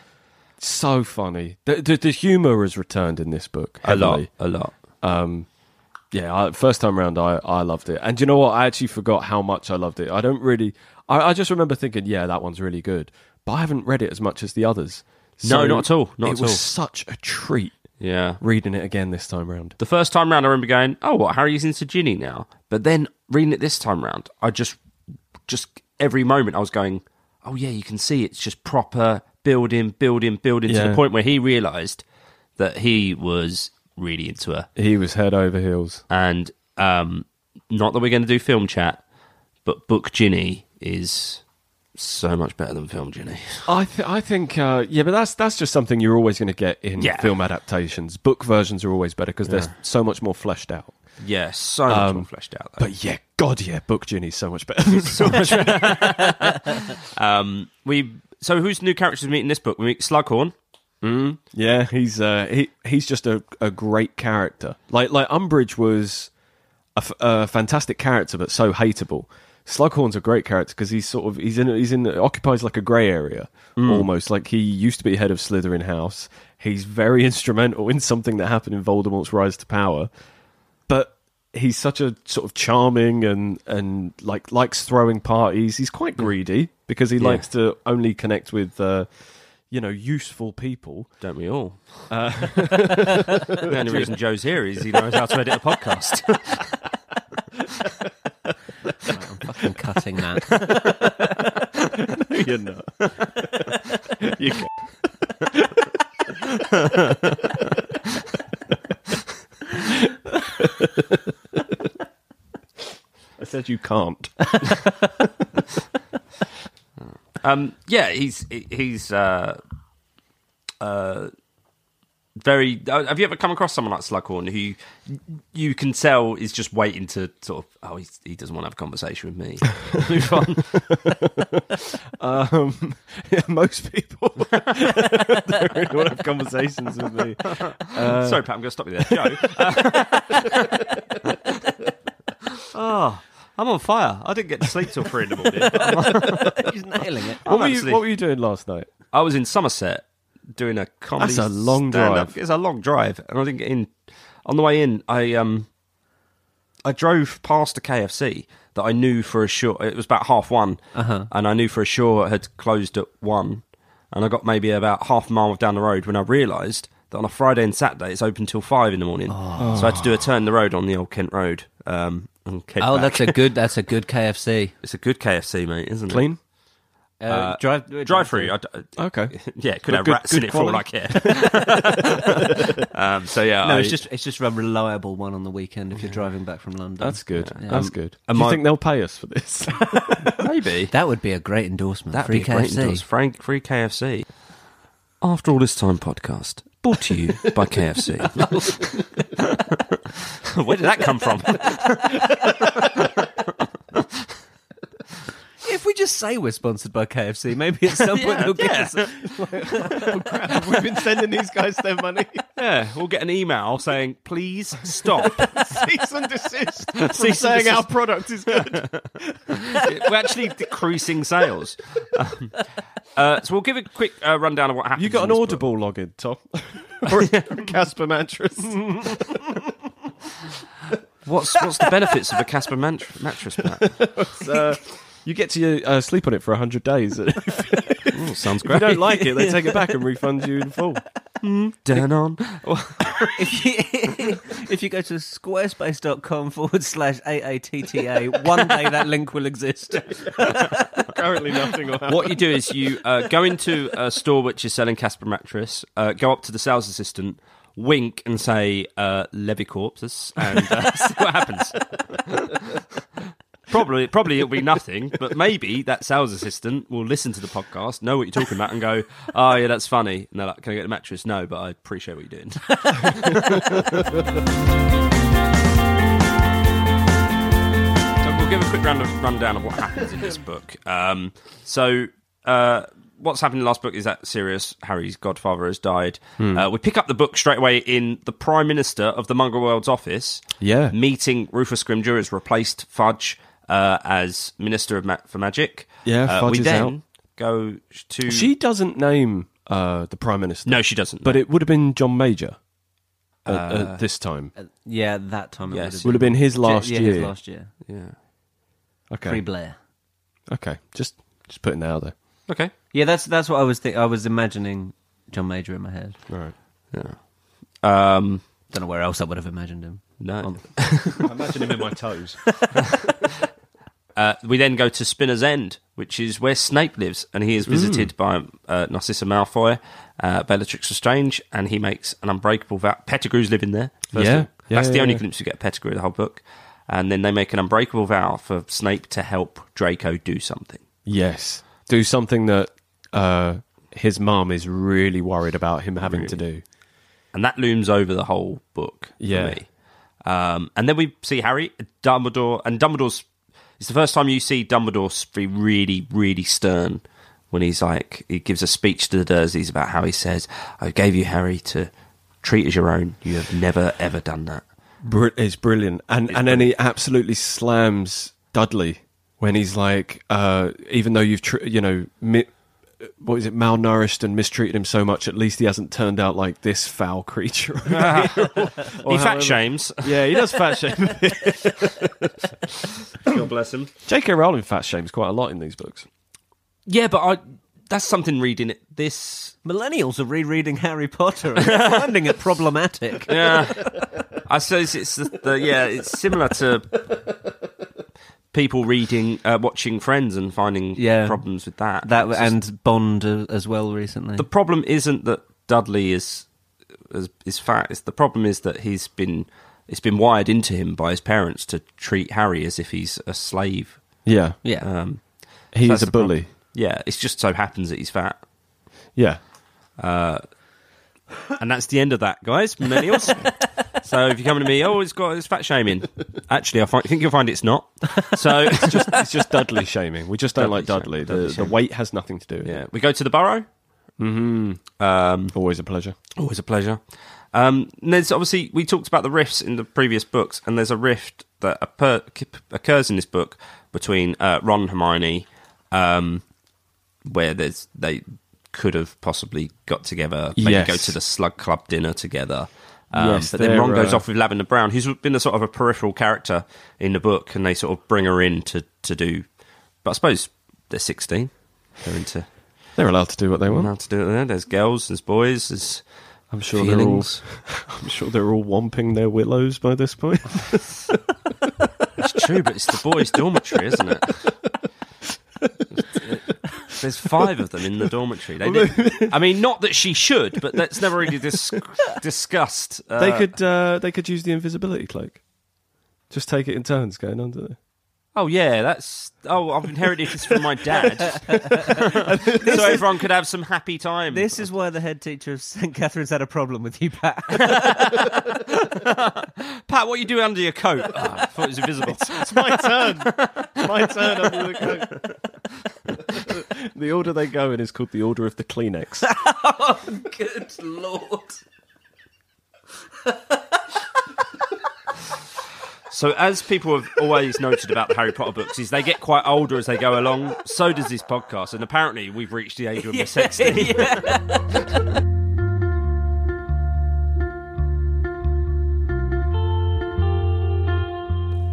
Speaker 2: so funny. The, the, the humor has returned in this book
Speaker 1: a lot,
Speaker 2: heavily.
Speaker 1: a lot.
Speaker 2: Yeah, I, first time round, I I loved it. And you know what? I actually forgot how much I loved it. I don't really. I, I just remember thinking, yeah, that one's really good, but I haven't read it as much as the others.
Speaker 1: No, not at all, not
Speaker 2: it
Speaker 1: at all.
Speaker 2: was such a treat
Speaker 1: Yeah,
Speaker 2: reading it again this time round.
Speaker 1: The first time round, I remember going, "Oh, what? Harry's into Ginny now." But then reading it this time round, I just, just every moment I was going, "Oh yeah, you can see it's just proper building, building, building to
Speaker 2: Yeah.
Speaker 1: the point where he realised that he was really into her."
Speaker 2: He was head over heels.
Speaker 1: And um, not that we're going to do film chat, but book Ginny is so much better than film Ginny.
Speaker 2: I th- I think uh, yeah, but that's that's just something you're always going to get in
Speaker 1: Yeah.
Speaker 2: film adaptations. Book versions are always better because they're so much more fleshed out.
Speaker 1: Yeah, so much more fleshed out. Though.
Speaker 2: But yeah, God, yeah, Book Ginny's so much better.
Speaker 1: um, we so who's the new characters we meet in this book? We meet Slughorn.
Speaker 2: Yeah, he's uh, he he's just a, a great character. Like like Umbridge was a, f- a fantastic character, but so hateable. Slughorn's a great character because he's sort of he's in he's in occupies like a grey area almost. Like he used to be head of Slytherin House. He's very instrumental in something that happened in Voldemort's rise to power, but he's such a sort of charming and and like likes throwing parties. He's quite greedy because he likes to only connect with. Uh, you know, useful people.
Speaker 1: Don't we all? Uh, the only reason Joe's here is he knows how to edit a podcast.
Speaker 3: Right, I'm fucking cutting that.
Speaker 2: you know. you c- I said you can't.
Speaker 1: um, yeah, he's he- he's uh, uh, very. Uh, have you ever come across someone like Slughorn who you, you can tell is just waiting to sort of? Oh, he's, he doesn't want to have a conversation with me. Move on.
Speaker 2: Um, yeah, most people don't really want to have conversations with me.
Speaker 1: Sorry, Pat, I'm going to stop you there. Joe. oh, I'm on fire. I didn't get to sleep till three in the morning.
Speaker 3: He's nailing it.
Speaker 2: What were,
Speaker 1: actually-
Speaker 2: you, what were you doing last night?
Speaker 1: I was in Somerset doing a comedy.
Speaker 2: That's a long
Speaker 1: stand-up.
Speaker 2: drive.
Speaker 1: It's a long drive, and I didn't get in. On the way in, I um, I drove past a KFC that I knew for a sure it was about half one, and I knew for a sure it had closed at one, and I got maybe about half a mile down the road when I realised that on a Friday and Saturday it's open till five in the morning, so I had to do a turn the road on the old Kent Road. Um, and head
Speaker 3: Oh,
Speaker 1: back.
Speaker 3: that's a good. That's a good KFC.
Speaker 1: it's a good KFC, mate, isn't it?
Speaker 2: Clean?
Speaker 3: Uh, drive
Speaker 1: drive through. I d-
Speaker 2: Okay.
Speaker 1: yeah, it could
Speaker 2: But
Speaker 1: have
Speaker 2: good-
Speaker 1: rats in
Speaker 2: good
Speaker 1: it for all I
Speaker 2: quality.
Speaker 1: care. um, so yeah,
Speaker 3: No,
Speaker 1: I,
Speaker 3: it's just it's just a reliable one on the weekend if you're driving back from London. Um,
Speaker 2: That's good. Um, That's good.
Speaker 1: am
Speaker 2: Do you
Speaker 1: I-
Speaker 2: think they'll pay us for this?
Speaker 1: maybe
Speaker 3: that would be a great endorsement.
Speaker 1: that
Speaker 3: Free
Speaker 1: be great
Speaker 3: KFC.
Speaker 1: indoors. Frank free KFC. After all this time, podcast brought to you by KFC. Where did that come from?
Speaker 3: If we just say we're sponsored by KFC, maybe at some point they'll get us.
Speaker 2: We've been sending these guys their money.
Speaker 1: yeah, we'll get an email saying, "Please stop."
Speaker 2: Cease and desist from
Speaker 1: Cease and
Speaker 2: saying
Speaker 1: desist.
Speaker 2: our product is good.
Speaker 1: We're actually decreasing sales. Um, uh, so we'll give a quick uh, rundown of what happened.
Speaker 2: You got an Audible login, Tom. or a Casper mattress.
Speaker 1: What's what's the benefits of a Casper mant- mattress? Pat?
Speaker 2: Uh, you get to uh, sleep on it for 100 days. if
Speaker 1: Ooh, sounds
Speaker 2: you
Speaker 1: great.
Speaker 2: don't like it, they take it back and refund you in full.
Speaker 1: Down on.
Speaker 3: if you if you go to squarespace.com forward slash AATTA, one day that link will exist.
Speaker 2: Currently nothing will happen.
Speaker 1: what you do is you uh, go into a store which is selling Casper mattress, uh, go up to the sales assistant, wink and say uh, Levy Corpses, and uh, see what happens. probably, probably it'll be nothing, but maybe that sales assistant will listen to the podcast, know what you're talking about, and go, "Oh yeah, that's funny." And they're like, "Can I get the mattress?" No, but I appreciate what you're doing. So we'll give a quick round of rundown of what happens in this book. Um, so uh, what's happened in the last book is that Sirius, Harry's godfather, has died.
Speaker 2: Hmm.
Speaker 1: Uh, we pick up the book straight away in the Prime Minister of the Muggle World's office.
Speaker 2: Yeah.
Speaker 1: meeting Rufus Scrimgeour has replaced Fudge uh, as Minister of Ma- for Magic.
Speaker 2: Yeah,
Speaker 1: uh,
Speaker 2: Fudge
Speaker 1: we
Speaker 2: is
Speaker 1: then
Speaker 2: out.
Speaker 1: go to
Speaker 2: She doesn't name uh, the Prime Minister.
Speaker 1: No, she doesn't.
Speaker 2: But it would have been John Major at, at this time.
Speaker 3: Yeah, that time.
Speaker 1: Yes.
Speaker 3: It
Speaker 2: would have been his last
Speaker 3: yeah,
Speaker 2: year.
Speaker 3: his last year.
Speaker 1: yeah.
Speaker 2: okay.
Speaker 3: Pre Blair.
Speaker 2: okay. Just just putting that out there.
Speaker 1: Okay.
Speaker 3: Yeah, that's that's what I was thi- I was imagining John Major in my head.
Speaker 2: All right.
Speaker 1: Yeah. Um,
Speaker 3: Don't know where else I would have imagined him.
Speaker 1: no.
Speaker 2: Imagine him in my toes.
Speaker 1: Uh, we then go to Spinner's End, which is where Snape lives, and he is
Speaker 2: Mm.
Speaker 1: visited by uh, Narcissa Malfoy, uh, Bellatrix Lestrange, and he makes an unbreakable vow. Pettigrew's living there. first
Speaker 2: Yeah.
Speaker 1: of all.
Speaker 2: Yeah,
Speaker 1: that's the
Speaker 2: yeah,
Speaker 1: only
Speaker 2: yeah.
Speaker 1: glimpse we get of Pettigrew in the whole book. And then they make an unbreakable vow for Snape to help Draco do something.
Speaker 2: Yes. Do something that uh, his mum is really worried about him having to do.
Speaker 1: and that looms over the whole book
Speaker 2: Yeah.
Speaker 1: for me. Um, and then we see Harry, Dumbledore, and Dumbledore's. It's the first time you see Dumbledore be really, really stern when he's like he gives a speech to the Dursleys about how he says, "I gave you Harry to treat as your own. You have never ever done that."
Speaker 2: Br- it's brilliant. And and then he absolutely slams Dudley when he's like, uh, even though you've tr- you know mi- what is it malnourished and mistreated him so much, at least he hasn't turned out like this foul creature.
Speaker 1: he
Speaker 2: however-
Speaker 1: fat shames.
Speaker 2: yeah, he does fat shame.
Speaker 1: God bless him.
Speaker 2: J.K. Rowling fat shames quite a lot in these books.
Speaker 1: Yeah, but I that's something reading it this
Speaker 3: Millennials are rereading Harry Potter and finding it problematic.
Speaker 1: Yeah, I suppose it's the, the yeah, it's similar to people reading, uh, watching Friends, and finding
Speaker 3: Yeah.
Speaker 1: problems with that.
Speaker 3: That
Speaker 1: It's just-
Speaker 3: and Bond uh, as well recently.
Speaker 1: the problem isn't that Dudley is is, is fat. It's the problem is that he's been it's been wired into him by his parents to treat Harry as if he's a slave.
Speaker 2: Yeah,
Speaker 3: yeah,
Speaker 1: Um,
Speaker 2: he's
Speaker 1: that's
Speaker 2: a
Speaker 1: the problem.
Speaker 2: bully.
Speaker 1: Yeah, it just so happens that he's fat.
Speaker 2: Yeah,
Speaker 1: And that's the end of that, guys. Millennials. so if you're coming to me, oh, it's got it's fat shaming. Actually, I find, think you'll find it's not. So
Speaker 2: it's just it's just Dudley shaming. We just don't like
Speaker 1: Dudley
Speaker 2: Dudley.
Speaker 1: shaming, Dudley
Speaker 2: the, the
Speaker 1: shaming.
Speaker 2: weight has nothing to do. With
Speaker 1: yeah,
Speaker 2: it.
Speaker 1: we go to the borough.
Speaker 2: always a pleasure.
Speaker 1: Always a pleasure. Um, and there's obviously we talked about the rifts in the previous books, and there's a rift that occur- occurs in this book between uh, Ron and Hermione, um, where there's they could have possibly got together, maybe
Speaker 2: Yes.
Speaker 1: go to the Slug Club dinner together. Um,
Speaker 2: Yes,
Speaker 1: but then
Speaker 2: they're,
Speaker 1: Ron goes
Speaker 2: uh,
Speaker 1: off with Lavender Brown, who's been a sort of a peripheral character in the book, and they sort of bring her in to to do. But I suppose they're sixteen; they're into
Speaker 2: They're allowed to do what they want.
Speaker 1: how to do it. There. There's girls, there's boys, there's
Speaker 2: I'm sure
Speaker 1: feelings.
Speaker 2: they're all. I'm sure they're all womping their willows by this point.
Speaker 1: It's true, but it's the boys' dormitory, isn't it? There's five of them in the dormitory. They did, I mean, not that she should, but that's never really dis- discussed. Uh,
Speaker 2: they could uh, they could use the invisibility cloak. Just take it in turns going under there.
Speaker 1: Oh yeah, that's. Oh, I've inherited this from my dad, so everyone could have some happy time.
Speaker 3: this is why the head teacher of St Catherine's had a problem with you, Pat.
Speaker 1: Pat, what you do under your coat? Oh, I thought it was invisible.
Speaker 2: It's my turn. my turn under the coat. the order they go in is called the order of the Kleenex.
Speaker 3: Good lord.
Speaker 1: So, as people have always noted about the Harry Potter books, is they get quite older as they go along. So does this podcast, and apparently we've reached the age when we're sexting.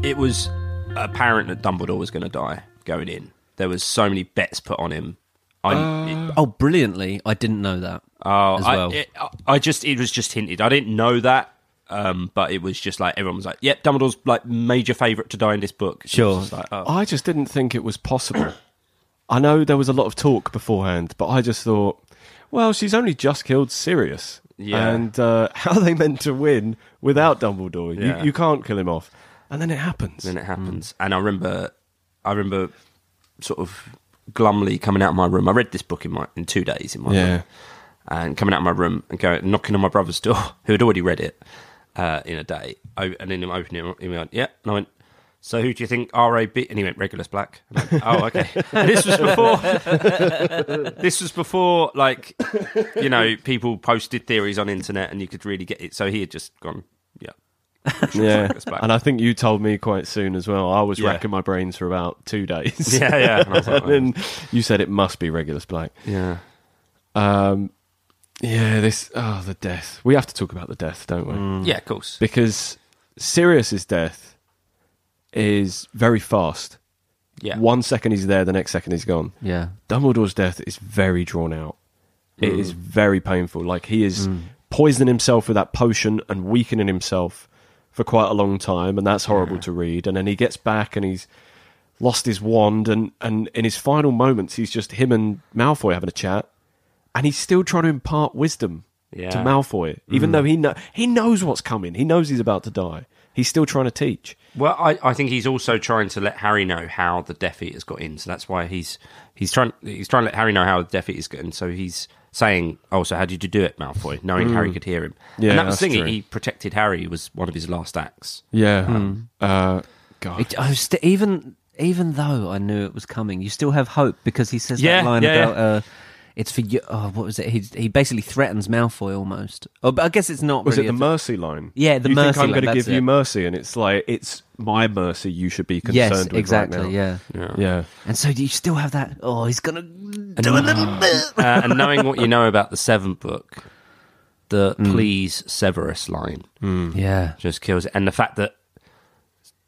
Speaker 1: It was apparent that Dumbledore was going to die going in. There was so many bets put on him. I, it-
Speaker 3: Oh, brilliantly. I didn't know that.
Speaker 1: oh,
Speaker 3: as
Speaker 1: I-
Speaker 3: well.
Speaker 1: it- I, I just it was just hinted. I didn't know that. Um, but it was just like everyone was like, "Yep, Dumbledore's like major favorite to die in this book." It was
Speaker 3: Sure.
Speaker 1: just like, oh.
Speaker 2: I just didn't think it was possible. I know there was a lot of talk beforehand, but I just thought, well, she's only just killed Sirius.
Speaker 1: Yeah.
Speaker 2: And uh, how are they meant to win without Dumbledore?
Speaker 1: Yeah.
Speaker 2: You, you can't kill him off. And then it happens.
Speaker 1: then it happens. And I remember, I remember, sort of glumly coming out of my room. I read this book in my in two days in my
Speaker 2: Yeah.
Speaker 1: room, and coming out of my room and going knocking on my brother's door, who had already read it uh, in a day. I, and then him opening it, he went, "Yeah," and I went. So who do you think RAB? And he went Regulus Black. And I went, oh, okay. And this was before. this was before, like, you know, people posted theories on internet, and you could really get it. So he had just gone, yeah,
Speaker 2: yeah.
Speaker 1: It's back.
Speaker 2: And I think you told me quite soon as well. I was
Speaker 1: Yeah.
Speaker 2: racking my brains for about two days.
Speaker 1: yeah, yeah. And I was like, "Oh,
Speaker 2: and then you said it must be Regulus Black.
Speaker 1: yeah.
Speaker 2: Um, yeah, this. Oh, the death. We have to talk about the death, don't we?
Speaker 1: Yeah, of course.
Speaker 2: because Sirius's death is very fast.
Speaker 1: Yeah.
Speaker 2: One second he's there, the next second he's gone.
Speaker 3: Yeah.
Speaker 2: Dumbledore's death is very drawn out. It is very painful. Like he is poisoning himself with that potion and weakening himself for quite a long time, and that's horrible to read. And then he gets back and he's lost his wand, and, and in his final moments, he's just him and Malfoy having a chat, and he's still trying to impart wisdom
Speaker 1: Yeah.
Speaker 2: to Malfoy, even though he know he knows what's coming. He knows he's about to die. He's still trying to teach.
Speaker 1: Well, I, I think he's also trying to let Harry know how the Death Eater's got in, so that's why he's he's trying he's trying to let Harry know how the Death Eater's got in. So he's saying, "Oh, so how did you do it, Malfoy?" Knowing Harry could hear him,
Speaker 2: Mm. Yeah,
Speaker 1: and that was the
Speaker 2: that's
Speaker 1: thing.
Speaker 2: true.
Speaker 1: He protected Harry was one of his last acts.
Speaker 2: Yeah. Uh, God.
Speaker 3: It, I was st- even even though I knew it was coming, you still have hope because he says
Speaker 1: Yeah,
Speaker 3: that line
Speaker 1: yeah,
Speaker 3: about
Speaker 1: yeah.
Speaker 3: uh, it's for you. Oh, what was it? He he basically threatens Malfoy almost. Oh, but I guess it's not.
Speaker 2: Was
Speaker 3: really
Speaker 2: it
Speaker 3: a
Speaker 2: the
Speaker 3: th-
Speaker 2: mercy line?
Speaker 3: Yeah, the
Speaker 2: you
Speaker 3: mercy
Speaker 2: think I'm
Speaker 3: line,
Speaker 2: going to
Speaker 3: that's
Speaker 2: give you
Speaker 3: it.
Speaker 2: mercy, and it's like it's my mercy you should be concerned
Speaker 3: Yes,
Speaker 2: with
Speaker 3: exactly.
Speaker 2: right now.
Speaker 3: yeah.
Speaker 2: yeah.
Speaker 3: and so you still have that. Oh, he's gonna do a little bit.
Speaker 1: uh, and knowing what you know about the seventh book, the
Speaker 2: Mm.
Speaker 1: "Please Severus" line
Speaker 3: Yeah,
Speaker 1: just kills it, and the fact that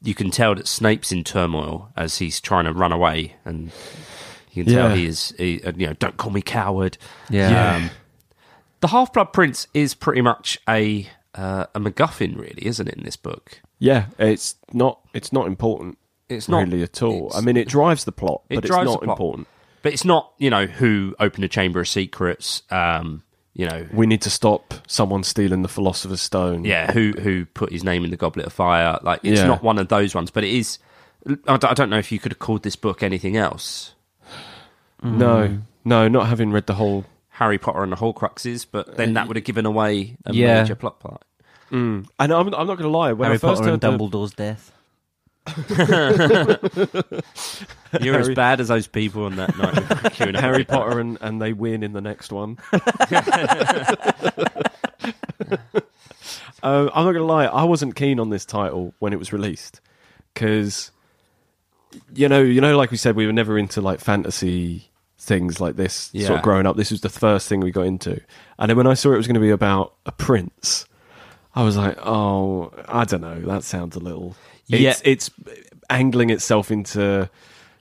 Speaker 1: you can tell that Snape's in turmoil as he's trying to run away and. You can tell
Speaker 2: Yeah.
Speaker 1: he is, he, uh, you know, don't call me coward. Um,
Speaker 3: Yeah.
Speaker 2: Yeah.
Speaker 1: The Half Blood Prince is pretty much a uh, a MacGuffin, really, isn't it? In this book,
Speaker 2: Yeah, it's not it's not important.
Speaker 1: It's not-
Speaker 2: really at all. I
Speaker 1: it's-
Speaker 2: mean, it drives the plot,
Speaker 1: It
Speaker 2: but it's
Speaker 1: drives the
Speaker 2: not
Speaker 1: plot.
Speaker 2: important.
Speaker 1: but it's not you know who opened a chamber of secrets. Um, you know,
Speaker 2: We need to stop someone stealing the philosopher's stone.
Speaker 1: yeah, who who put his name in the goblet of fire? Like it's
Speaker 2: Yeah.
Speaker 1: not one of those ones, but it is. I don't I don't know if you could have called this book anything else.
Speaker 3: Mm.
Speaker 2: No, no, not having read the whole.
Speaker 1: Harry Potter and the Horcruxes, but then
Speaker 2: Uh,
Speaker 1: that would have given away a
Speaker 3: Yeah.
Speaker 1: major plot part.
Speaker 2: And I'm, I'm not going to lie. When I
Speaker 3: Harry
Speaker 2: first
Speaker 3: Potter and
Speaker 2: heard the-
Speaker 3: Dumbledore's death.
Speaker 1: You're as bad as those people on that night. with queuing up
Speaker 2: Harry
Speaker 1: every time.
Speaker 2: Potter and, and they win in the next one. Uh, I'm not going to lie, I wasn't keen on this title when it was released because, you know, you know, like we said, we were never into like fantasy things like this sort
Speaker 1: Yeah.
Speaker 2: of growing up. This was the first thing we got into, and then when I saw it was going to be about a prince, I was like, oh, I don't know, that sounds a little. It's,
Speaker 1: Yeah.
Speaker 2: it's angling itself into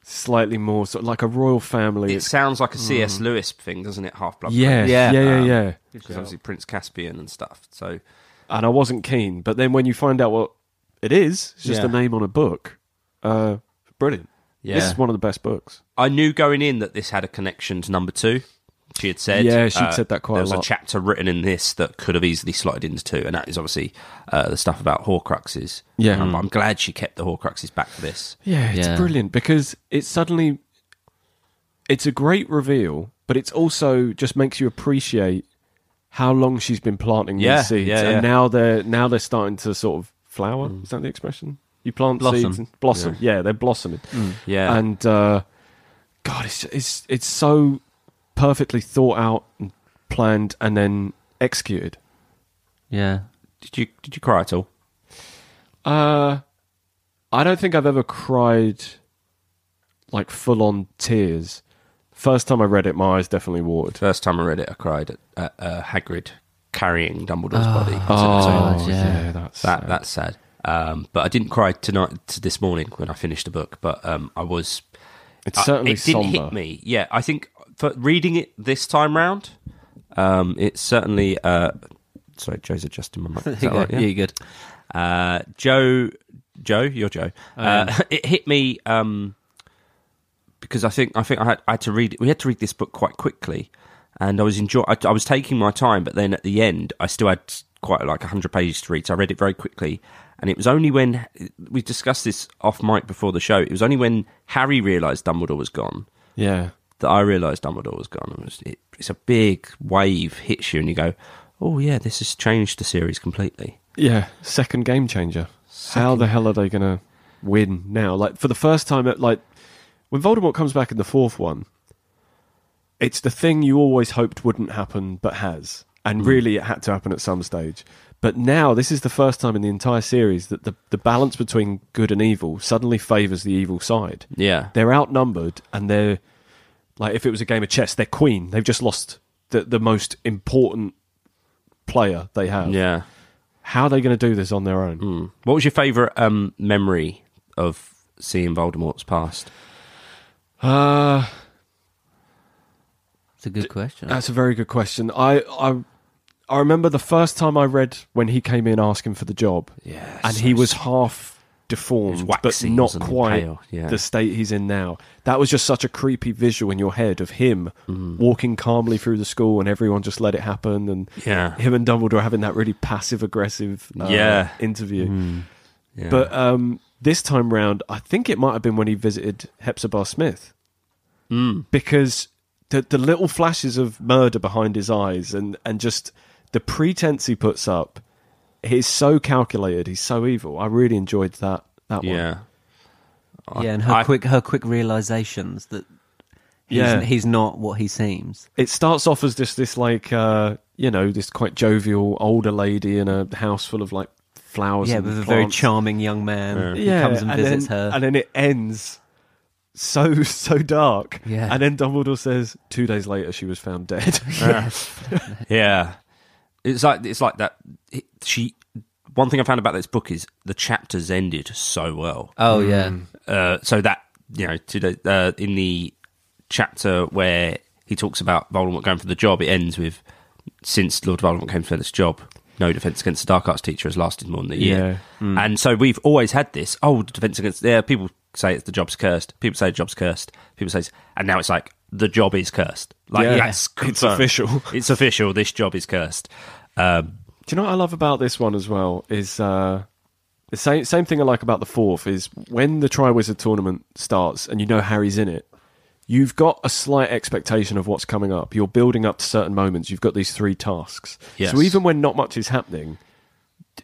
Speaker 2: slightly more sort of like a royal family.
Speaker 1: It
Speaker 2: It's
Speaker 1: sounds like a C.S. Lewis thing, doesn't it? Half Blood.
Speaker 2: yeah, Mm.
Speaker 3: Yeah.
Speaker 2: yeah, Uh, yeah, yeah,
Speaker 1: because obviously Prince Caspian and stuff. So
Speaker 2: And I wasn't keen, but then when you find out what it is, it's just
Speaker 1: Yeah.
Speaker 2: a name on a book. Uh, brilliant. This
Speaker 1: Yeah.
Speaker 2: is one of the best books.
Speaker 1: I knew going in that this had a connection to number two. She had said,
Speaker 2: Yeah, she'd said that quite
Speaker 1: There
Speaker 2: a
Speaker 1: was
Speaker 2: lot.
Speaker 1: chapter written in this that could have easily slotted into two, and that is obviously uh, the stuff about Horcruxes.
Speaker 2: Yeah.
Speaker 1: Um, I'm glad she kept the Horcruxes back for this.
Speaker 2: Yeah, it's
Speaker 3: Yeah.
Speaker 2: brilliant because it's suddenly it's a great reveal, but it's also just makes you appreciate how long she's been planting
Speaker 1: Yeah,
Speaker 2: these seeds,
Speaker 1: yeah, yeah.
Speaker 2: and now they're now they're starting to sort of flower. Is that the expression? You plant
Speaker 3: Blossom.
Speaker 2: seeds and blossom. Mm. Yeah, they're blossoming.
Speaker 1: Yeah.
Speaker 2: and uh, God, it's it's it's so perfectly thought out and planned, and then executed.
Speaker 3: Yeah.
Speaker 1: Did you did you cry at all?
Speaker 2: Uh, I don't think I've ever cried like full on tears. First time I read it, my eyes definitely watered.
Speaker 1: First time I read it, I cried at, at uh, Hagrid carrying Dumbledore's body.
Speaker 2: Ah.
Speaker 1: So-
Speaker 2: Oh,
Speaker 1: so
Speaker 3: yeah.
Speaker 2: that's
Speaker 1: Oh, that
Speaker 2: sad.
Speaker 1: that's sad. Um, but I didn't cry tonight to this morning when I finished the book. But um, I was
Speaker 2: it's
Speaker 1: I-
Speaker 2: certainly
Speaker 1: it didn't
Speaker 2: somber.
Speaker 1: hit me. Yeah, I think for reading it this time round, um, it certainly. Uh, sorry, Joe's adjusting my mic. Is that right?
Speaker 3: yeah.
Speaker 1: Yeah.
Speaker 3: you're good.
Speaker 1: Uh, Joe, Joe, you're Joe. Uh, it hit me um, because I think I think I had, I had to read. We had to read this book quite quickly, and I was enjoy. I, I was taking my time, but then at the end, I still had quite like hundred pages to read. So I read it very quickly, and it was only when we discussed this off mic before the show. It was only when Harry realised Dumbledore was gone
Speaker 2: Yeah,
Speaker 1: that I realised Dumbledore was gone. It was, it, it's a big wave hits you, and you go, "Oh yeah, this has changed the series completely."
Speaker 2: yeah. Second game changer. How the hell are they gonna win now? Like for the first time, at, like when Voldemort comes back in the fourth one, it's the thing you always hoped wouldn't happen, but has, and really it had to happen at some stage. But now this is the first time in the entire series that the the balance between good and evil suddenly favours the evil side.
Speaker 1: Yeah,
Speaker 2: They're outnumbered, and they're like if it was a game of chess, they're queen. They've just lost the the most important player they have.
Speaker 1: yeah.
Speaker 2: How are they going to do this on their own?
Speaker 1: What was your favourite um, memory of seeing Voldemort's past?
Speaker 2: Uh,
Speaker 3: It's a good question.
Speaker 2: that's a very good question. I, I I remember the first time I read when he came in asking for the job.
Speaker 1: Yeah,
Speaker 2: and
Speaker 1: so
Speaker 2: he was half deformed,
Speaker 1: He was waxy,
Speaker 2: but not
Speaker 1: wasn't he?
Speaker 2: quite
Speaker 1: Pale, yeah.
Speaker 2: the state he's in now. That was just such a creepy visual in your head of him
Speaker 1: Hmm.
Speaker 2: walking calmly through the school and everyone just let it happen, and
Speaker 1: Yeah.
Speaker 2: him and Dumbledore having that really passive aggressive uh,
Speaker 1: Yeah. Hmm.
Speaker 2: interview.
Speaker 1: Yeah.
Speaker 2: But um, this time round, I think it might have been when he visited Hepzibah Smith, because the the little flashes of murder behind his eyes and and just the pretense he puts up, he's so calculated, he's so evil. I really enjoyed that that one.
Speaker 1: yeah,
Speaker 3: yeah, and her
Speaker 1: I-
Speaker 3: quick her quick realizations that he's,
Speaker 2: Yeah.
Speaker 3: he's not what he seems.
Speaker 2: It starts off as just this like uh, you know this quite jovial older lady in a house full of like flowers.
Speaker 3: Yeah,
Speaker 2: and
Speaker 3: with a very
Speaker 2: plants.
Speaker 3: charming young man.
Speaker 2: yeah,
Speaker 3: He comes and, visits
Speaker 2: then,
Speaker 3: her.
Speaker 2: and then it ends so so dark.
Speaker 3: Yeah.
Speaker 2: and then Dumbledore says two days later she was found dead.
Speaker 1: yeah. It's like it's like that. It, she. One thing I found about this book is the chapters ended so well.
Speaker 2: Hmm.
Speaker 3: oh yeah.
Speaker 1: Uh, so that you know, today uh, in the chapter where he talks about Voldemort going for the job, it ends with since Lord Voldemort came to fill this job, no defense against the dark arts teacher has lasted more than a year. And so we've always had this oh, defense against yeah, people say it's the job's cursed, people say the job's cursed, people say it's, and now it's like the job is cursed. Like
Speaker 2: Yeah.
Speaker 1: yes,
Speaker 2: It's
Speaker 1: confirmed.
Speaker 2: official.
Speaker 1: It's official. This job is cursed. Um,
Speaker 2: Do you know what I love about this one as well is uh, the same same thing I like about the fourth is when the Triwizard tournament starts and you know Harry's in it. You've got a slight expectation of what's coming up. You're building up to certain moments. You've got these three tasks.
Speaker 1: Yes.
Speaker 2: So even when not much is happening,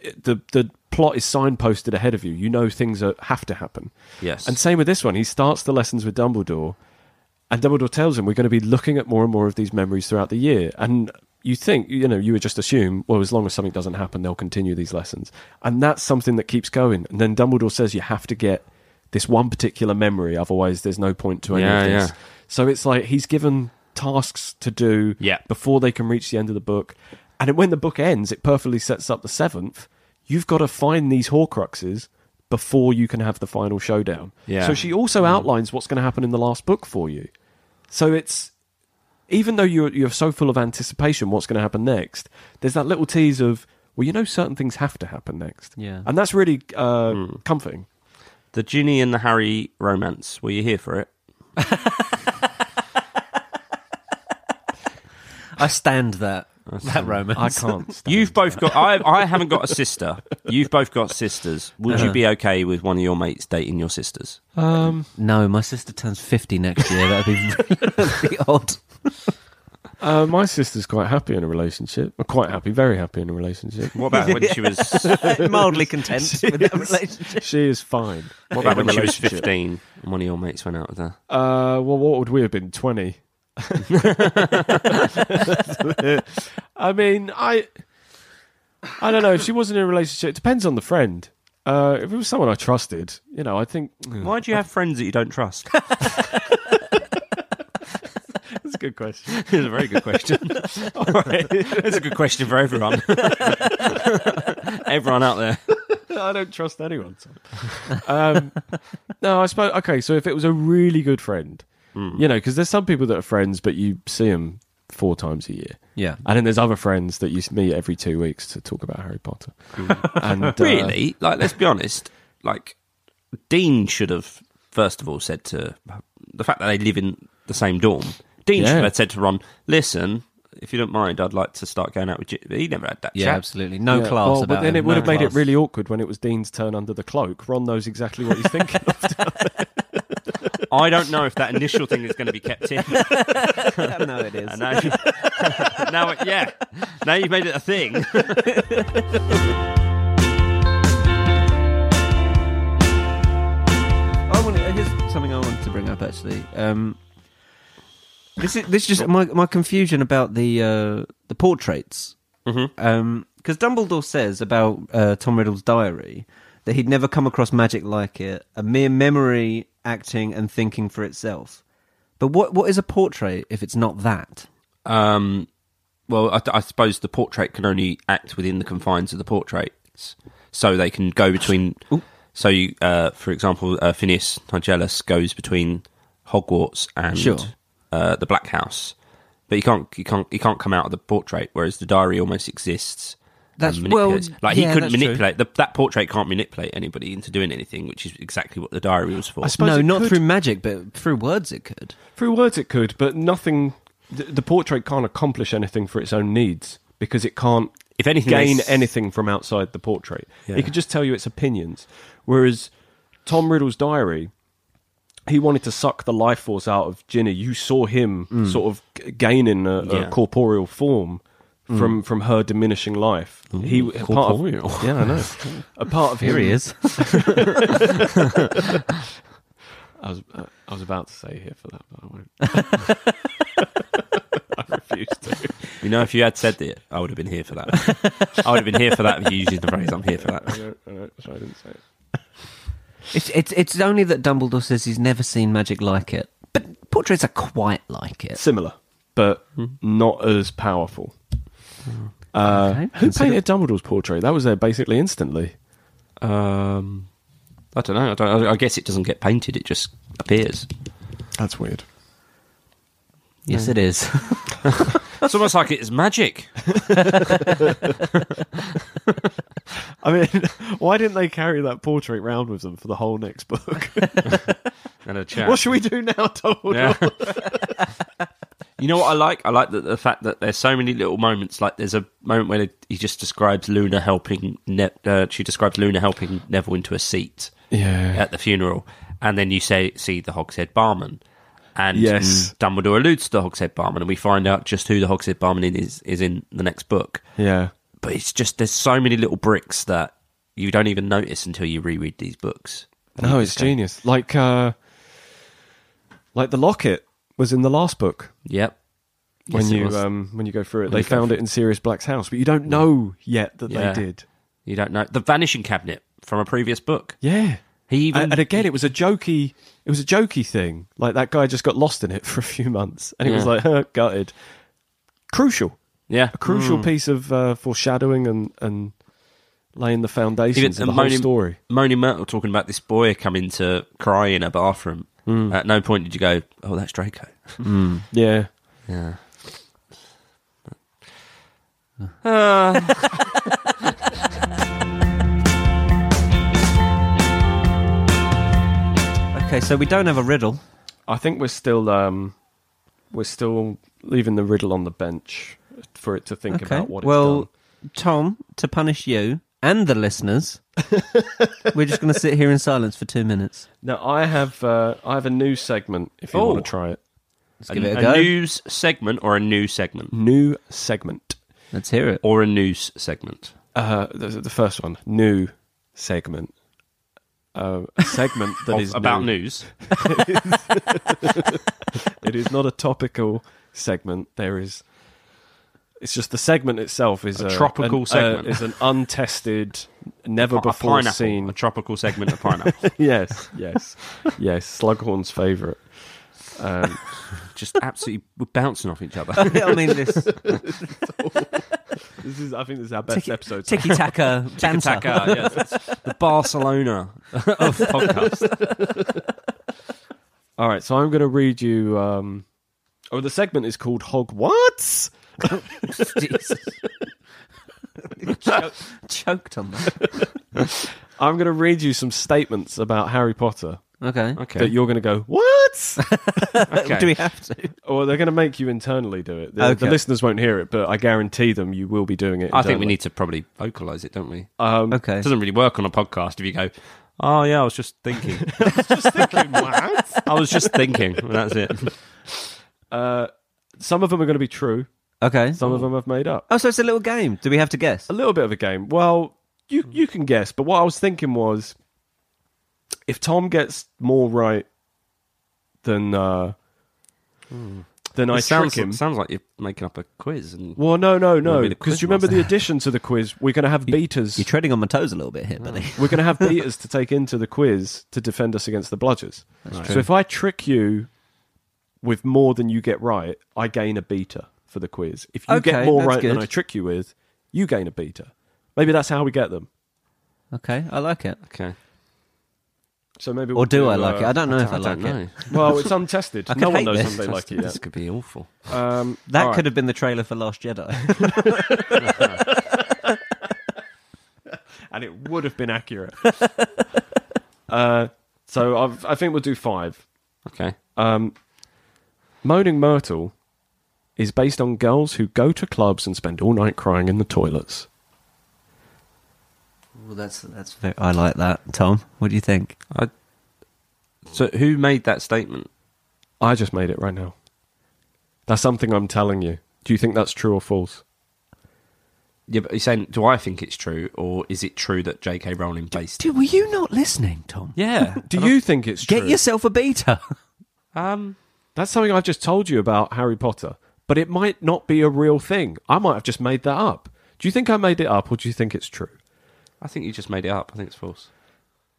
Speaker 2: d- the the plot is signposted ahead of you. You know things are, have to happen.
Speaker 1: Yes.
Speaker 2: And same with this one. He starts the lessons with Dumbledore, and Dumbledore tells him we're going to be looking at more and more of these memories throughout the year. And you think, you know, you would just assume, well, as long as something doesn't happen, they'll continue these lessons. And that's something that keeps going. And then Dumbledore says you have to get this one particular memory, otherwise there's no point to any
Speaker 1: Yeah,
Speaker 2: of this.
Speaker 1: yeah.
Speaker 2: So it's like he's given tasks to do
Speaker 1: Yeah.
Speaker 2: before they can reach the end of the book. And then when the book ends, it perfectly sets up the seventh. You've got to find these Horcruxes before you can have the final showdown.
Speaker 1: Yeah.
Speaker 2: So she also outlines what's going to happen in the last book for you. So it's even though you're you're so full of anticipation what's going to happen next. There's that little tease of well, you know, certain things have to happen next.
Speaker 3: Yeah.
Speaker 2: and that's really uh, comforting.
Speaker 1: the Ginny and the Harry romance. Were you here for it?
Speaker 3: I stand that that romance.
Speaker 2: I can't. stand-
Speaker 1: You've both got. I, I haven't got a sister. You've both got sisters. Would you be okay with one of your mates dating your sisters?
Speaker 2: Um,
Speaker 3: No, my sister turns fifty next year. That'd be really odd.
Speaker 2: Uh, my sister's quite happy in a relationship. Well, Quite happy, very happy in a relationship.
Speaker 1: What about when she was?
Speaker 3: Mildly content with that relationship.
Speaker 2: she is fine.
Speaker 1: What about when she was fifteen and one of your mates went out with her?
Speaker 2: Uh, well, what would we have been? Twenty. I mean, I, I don't know. If she wasn't in a relationship, it depends on the friend. Uh, if it was someone I trusted, you know, I think
Speaker 1: Why do you have friends that you don't trust?
Speaker 2: that's a good question.
Speaker 1: It's a very good question. It's a good question for everyone. everyone out there.
Speaker 2: I don't trust anyone. so. Um, no, I suppose. Okay, so if it was a really good friend, you know, because there's some people that are friends, but you see them four times a year.
Speaker 3: Yeah.
Speaker 2: And then there's other friends that you s- meet every two weeks to talk about Harry Potter. and uh,
Speaker 1: Really? Like, let's be honest. Like, Dean should have first of all said to the fact that they live in the same dorm. Dean
Speaker 2: Yeah.
Speaker 1: should have said to Ron, "Listen, if you don't mind, I'd like to start going out with you." He never had that
Speaker 3: Yeah,
Speaker 1: chat.
Speaker 3: absolutely. No
Speaker 2: Yeah,
Speaker 3: class
Speaker 2: well,
Speaker 3: about
Speaker 2: but then
Speaker 3: him,
Speaker 2: it would
Speaker 3: no
Speaker 2: have made
Speaker 3: class.
Speaker 2: it really awkward when it was Dean's turn under the cloak. Ron knows exactly what he's thinking. of.
Speaker 1: I don't know if that initial thing is going to be kept in.
Speaker 3: no, it is.
Speaker 1: And now, now it- yeah, now you've made it a thing.
Speaker 3: I want here's something I wanted to bring up actually. Um, this is this is just my my confusion about the uh, the portraits because
Speaker 2: Mm-hmm.
Speaker 3: Dumbledore says about uh, Tom Riddle's diary that he'd never come across magic like it, a mere memory acting and thinking for itself. But what what is a portrait if it's not that?
Speaker 1: Um, well, I, I suppose the portrait can only act within the confines of the portraits, so they can go between. So, you, uh, for example, uh, Phineas Nigellus goes between Hogwarts and
Speaker 3: Sure.
Speaker 1: uh, the Black House, but you can't, you can't, you can't come out of the portrait. Whereas the diary almost exists. and
Speaker 3: That's-
Speaker 1: manipulates.
Speaker 3: well,
Speaker 1: like he
Speaker 3: yeah,
Speaker 1: couldn't
Speaker 3: that's true.
Speaker 1: manipulate the, that portrait. Can't manipulate anybody into doing anything, which is exactly what the diary was for.
Speaker 2: I suppose
Speaker 3: No,
Speaker 2: it
Speaker 3: not
Speaker 2: could-
Speaker 3: through magic, but through words it could.
Speaker 2: through words it could, but nothing. The, the portrait can't accomplish anything for its own needs because it can't
Speaker 1: If anything, they
Speaker 2: gain
Speaker 1: s-
Speaker 2: anything from outside the portrait.
Speaker 1: Yeah.
Speaker 2: It could just tell you its opinions. Whereas Tom Riddle's diary, he wanted to suck the life force out of Ginny. You saw him
Speaker 3: Mm.
Speaker 2: sort of g- gaining a, a
Speaker 1: Yeah.
Speaker 2: corporeal form
Speaker 3: Mm.
Speaker 2: from from her diminishing life. he
Speaker 1: corporeal.
Speaker 2: Part of, yeah, I know. a part of
Speaker 3: Here
Speaker 2: him,
Speaker 3: he is.
Speaker 2: I was uh, I was about to say here for that, but I won't. I refuse to.
Speaker 1: You know, if you had said that, I would have been here for that. I would have been here for that if you used the phrase "I'm here for
Speaker 2: I
Speaker 1: that."
Speaker 2: don't, I don't, so I didn't say it.
Speaker 3: It's, it's it's only that Dumbledore says he's never seen magic like it, but portraits are quite like it.
Speaker 2: Similar, but
Speaker 1: Hmm.
Speaker 2: not as powerful. Uh,
Speaker 3: Okay.
Speaker 2: Who painted Dumbledore's portrait? That was there basically instantly.
Speaker 1: Um, I don't know. I, don't, I guess it doesn't get painted; it just appears.
Speaker 2: That's weird.
Speaker 3: Yes, it is.
Speaker 1: It's almost like it's magic.
Speaker 2: I mean, why didn't they carry that portrait round with them for the whole next book?
Speaker 1: And a chat.
Speaker 2: what should we do now, Donald?
Speaker 1: Yeah. you know what I like? I like the, the fact that there's so many little moments. Like there's a moment where he just describes Luna helping. Ne- uh, she describes Luna helping Neville into a seat
Speaker 2: Yeah.
Speaker 1: at the funeral, and then you say see the Hogshead barman. And
Speaker 2: Yes.
Speaker 1: mm, Dumbledore alludes to the Hogshead barman, and we find out just who the Hogshead barman is is in the next book.
Speaker 2: Yeah.
Speaker 1: But it's just there's so many little bricks that you don't even notice until you reread these books.
Speaker 2: No, it's genius. Like, uh, like the locket was in the last book
Speaker 1: Yep.
Speaker 2: when
Speaker 1: Yes, it
Speaker 2: you
Speaker 1: was.
Speaker 2: um, when you go through it.
Speaker 1: you
Speaker 2: they
Speaker 1: go Hmm.
Speaker 2: found it in Sirius Black's house, but you don't know yet that
Speaker 1: Yeah.
Speaker 2: they did.
Speaker 1: you don't know the vanishing cabinet from a previous book.
Speaker 2: Yeah.
Speaker 1: He even
Speaker 2: and, and again, it was a jokey. It was a jokey thing. Like that guy just got lost in it for a few months, and it was
Speaker 1: Yeah.
Speaker 2: like huh, gutted. Crucial,
Speaker 1: yeah
Speaker 2: a crucial
Speaker 1: Hmm.
Speaker 2: piece of uh, foreshadowing and and laying the foundations of the
Speaker 1: and
Speaker 2: whole
Speaker 1: Moaning-
Speaker 2: story.
Speaker 1: Moni Myrtle talking about this boy coming to cry in a bathroom.
Speaker 2: Hmm.
Speaker 1: At no point did you go, "Oh, that's Draco."
Speaker 2: Yeah,
Speaker 1: Yeah.
Speaker 3: okay, so we don't have a riddle.
Speaker 2: I think we're still um, we're still leaving the riddle on the bench for it to think
Speaker 3: Okay.
Speaker 2: about what.
Speaker 3: well,
Speaker 2: it's
Speaker 3: Tom, to punish you and the listeners, we're just going to sit here in silence for two minutes.
Speaker 2: done. now I have uh, I have a new segment. If you
Speaker 1: Oh.
Speaker 2: want to try it,
Speaker 3: Let's give it a,
Speaker 1: a
Speaker 3: go.
Speaker 1: news segment or a new segment
Speaker 2: new segment.
Speaker 3: Let's hear it.
Speaker 1: or a news segment.
Speaker 2: Uh, the, the first one, new segment. Uh, a segment that
Speaker 1: Of-
Speaker 2: is
Speaker 1: about
Speaker 2: new.
Speaker 1: news.
Speaker 2: It is not a topical segment. There is. It's just the segment itself is
Speaker 1: A
Speaker 2: a,
Speaker 1: tropical
Speaker 2: an- uh,
Speaker 1: segment.
Speaker 2: is an untested, never
Speaker 1: A
Speaker 2: before
Speaker 1: pineapple,
Speaker 2: seen.
Speaker 1: a tropical segment of pineapple.
Speaker 2: yes, yes, yes. Slughorn's favourite. Um,
Speaker 1: Just absolutely we're bouncing off each other.
Speaker 3: I mean, this
Speaker 2: this is, I think, this is our best
Speaker 3: Tiki-
Speaker 2: episode.
Speaker 3: ticky tacker
Speaker 1: Attacker,
Speaker 3: banter.
Speaker 1: yes. It's The Barcelona of podcasts.
Speaker 2: All right, so I'm going to read you. Um, oh, the segment is called Hog. What?
Speaker 3: Jesus. Choke- choked on that.
Speaker 2: I'm going to read you some statements about Harry Potter
Speaker 3: Okay.
Speaker 1: Okay.
Speaker 2: that you're going to go what?
Speaker 1: okay.
Speaker 3: Do we have to?
Speaker 2: or they're going to make you internally do it. The, the
Speaker 3: Okay.
Speaker 2: listeners won't hear it, but I guarantee them you will be doing it.
Speaker 1: I think we
Speaker 2: internally.
Speaker 1: need to probably vocalize it, don't we?
Speaker 3: Okay.
Speaker 1: Oh, It doesn't really work on a podcast if you go, oh, yeah, I was just thinking. I was just thinking. and That's it.
Speaker 2: Some of them are going to be true.
Speaker 3: Okay.
Speaker 2: Some of them I've made up.
Speaker 3: Oh, so it's a little game. Do we have to guess?
Speaker 2: A little bit of a game. Well, you you can guess, but what I was thinking was, if Tom gets more right than uh, than I
Speaker 1: Hmm. It sounds,
Speaker 2: trick him.
Speaker 1: sounds like you're making up a quiz. And
Speaker 2: well, no, no, no,
Speaker 1: be the
Speaker 2: because
Speaker 1: quiz
Speaker 2: you remember
Speaker 1: master.
Speaker 2: the addition to the quiz. We're going to have beaters.
Speaker 3: You're treading on my toes a little bit here, buddy.
Speaker 2: We're going to have beaters to take into the quiz to defend us against the bludgers. So
Speaker 1: true.
Speaker 2: if I trick you with more than you get right, I gain a beater for the quiz. If you get
Speaker 3: Okay,
Speaker 2: more
Speaker 3: that's
Speaker 2: right than
Speaker 3: good.
Speaker 2: I trick you with, you gain a beater. Maybe that's how we get them.
Speaker 3: Okay, I like it.
Speaker 1: okay,
Speaker 2: So maybe
Speaker 3: Or
Speaker 2: we'll
Speaker 3: do I like it? I don't know if I,
Speaker 1: I
Speaker 3: like
Speaker 1: don't know.
Speaker 3: it.
Speaker 2: Well, it's untested.
Speaker 3: I
Speaker 2: no
Speaker 3: could
Speaker 2: one
Speaker 3: hate
Speaker 2: knows
Speaker 3: this.
Speaker 2: if they like it
Speaker 1: This
Speaker 2: yet.
Speaker 1: could be awful.
Speaker 2: Um,
Speaker 3: That
Speaker 2: alright.
Speaker 3: could have been the trailer for Last Jedi.
Speaker 2: and it would have been accurate. uh, so I've, I think we'll do five.
Speaker 1: Okay,
Speaker 2: Um, Moaning Myrtle is based on girls who go to clubs and spend all night crying in the toilets.
Speaker 3: well, that's that's. Very, I like that, Tom. What do you think?
Speaker 1: I, so who made that statement?
Speaker 2: I just made it right now. That's something I'm telling you. Do you think that's true or false?
Speaker 1: Yeah, but you're saying, do I think it's true, or is it true that J.K. Rowling based? it?
Speaker 3: Dude, were you not listening, Tom?
Speaker 1: yeah.
Speaker 2: Do you think it's true?
Speaker 3: Get yourself a beta.
Speaker 1: Um.
Speaker 2: That's something I've just told you about Harry Potter, but it might not be a real thing. I might have just made that up. Do you think I made it up or do you think it's true?
Speaker 1: I think you just made it up. I think it's false.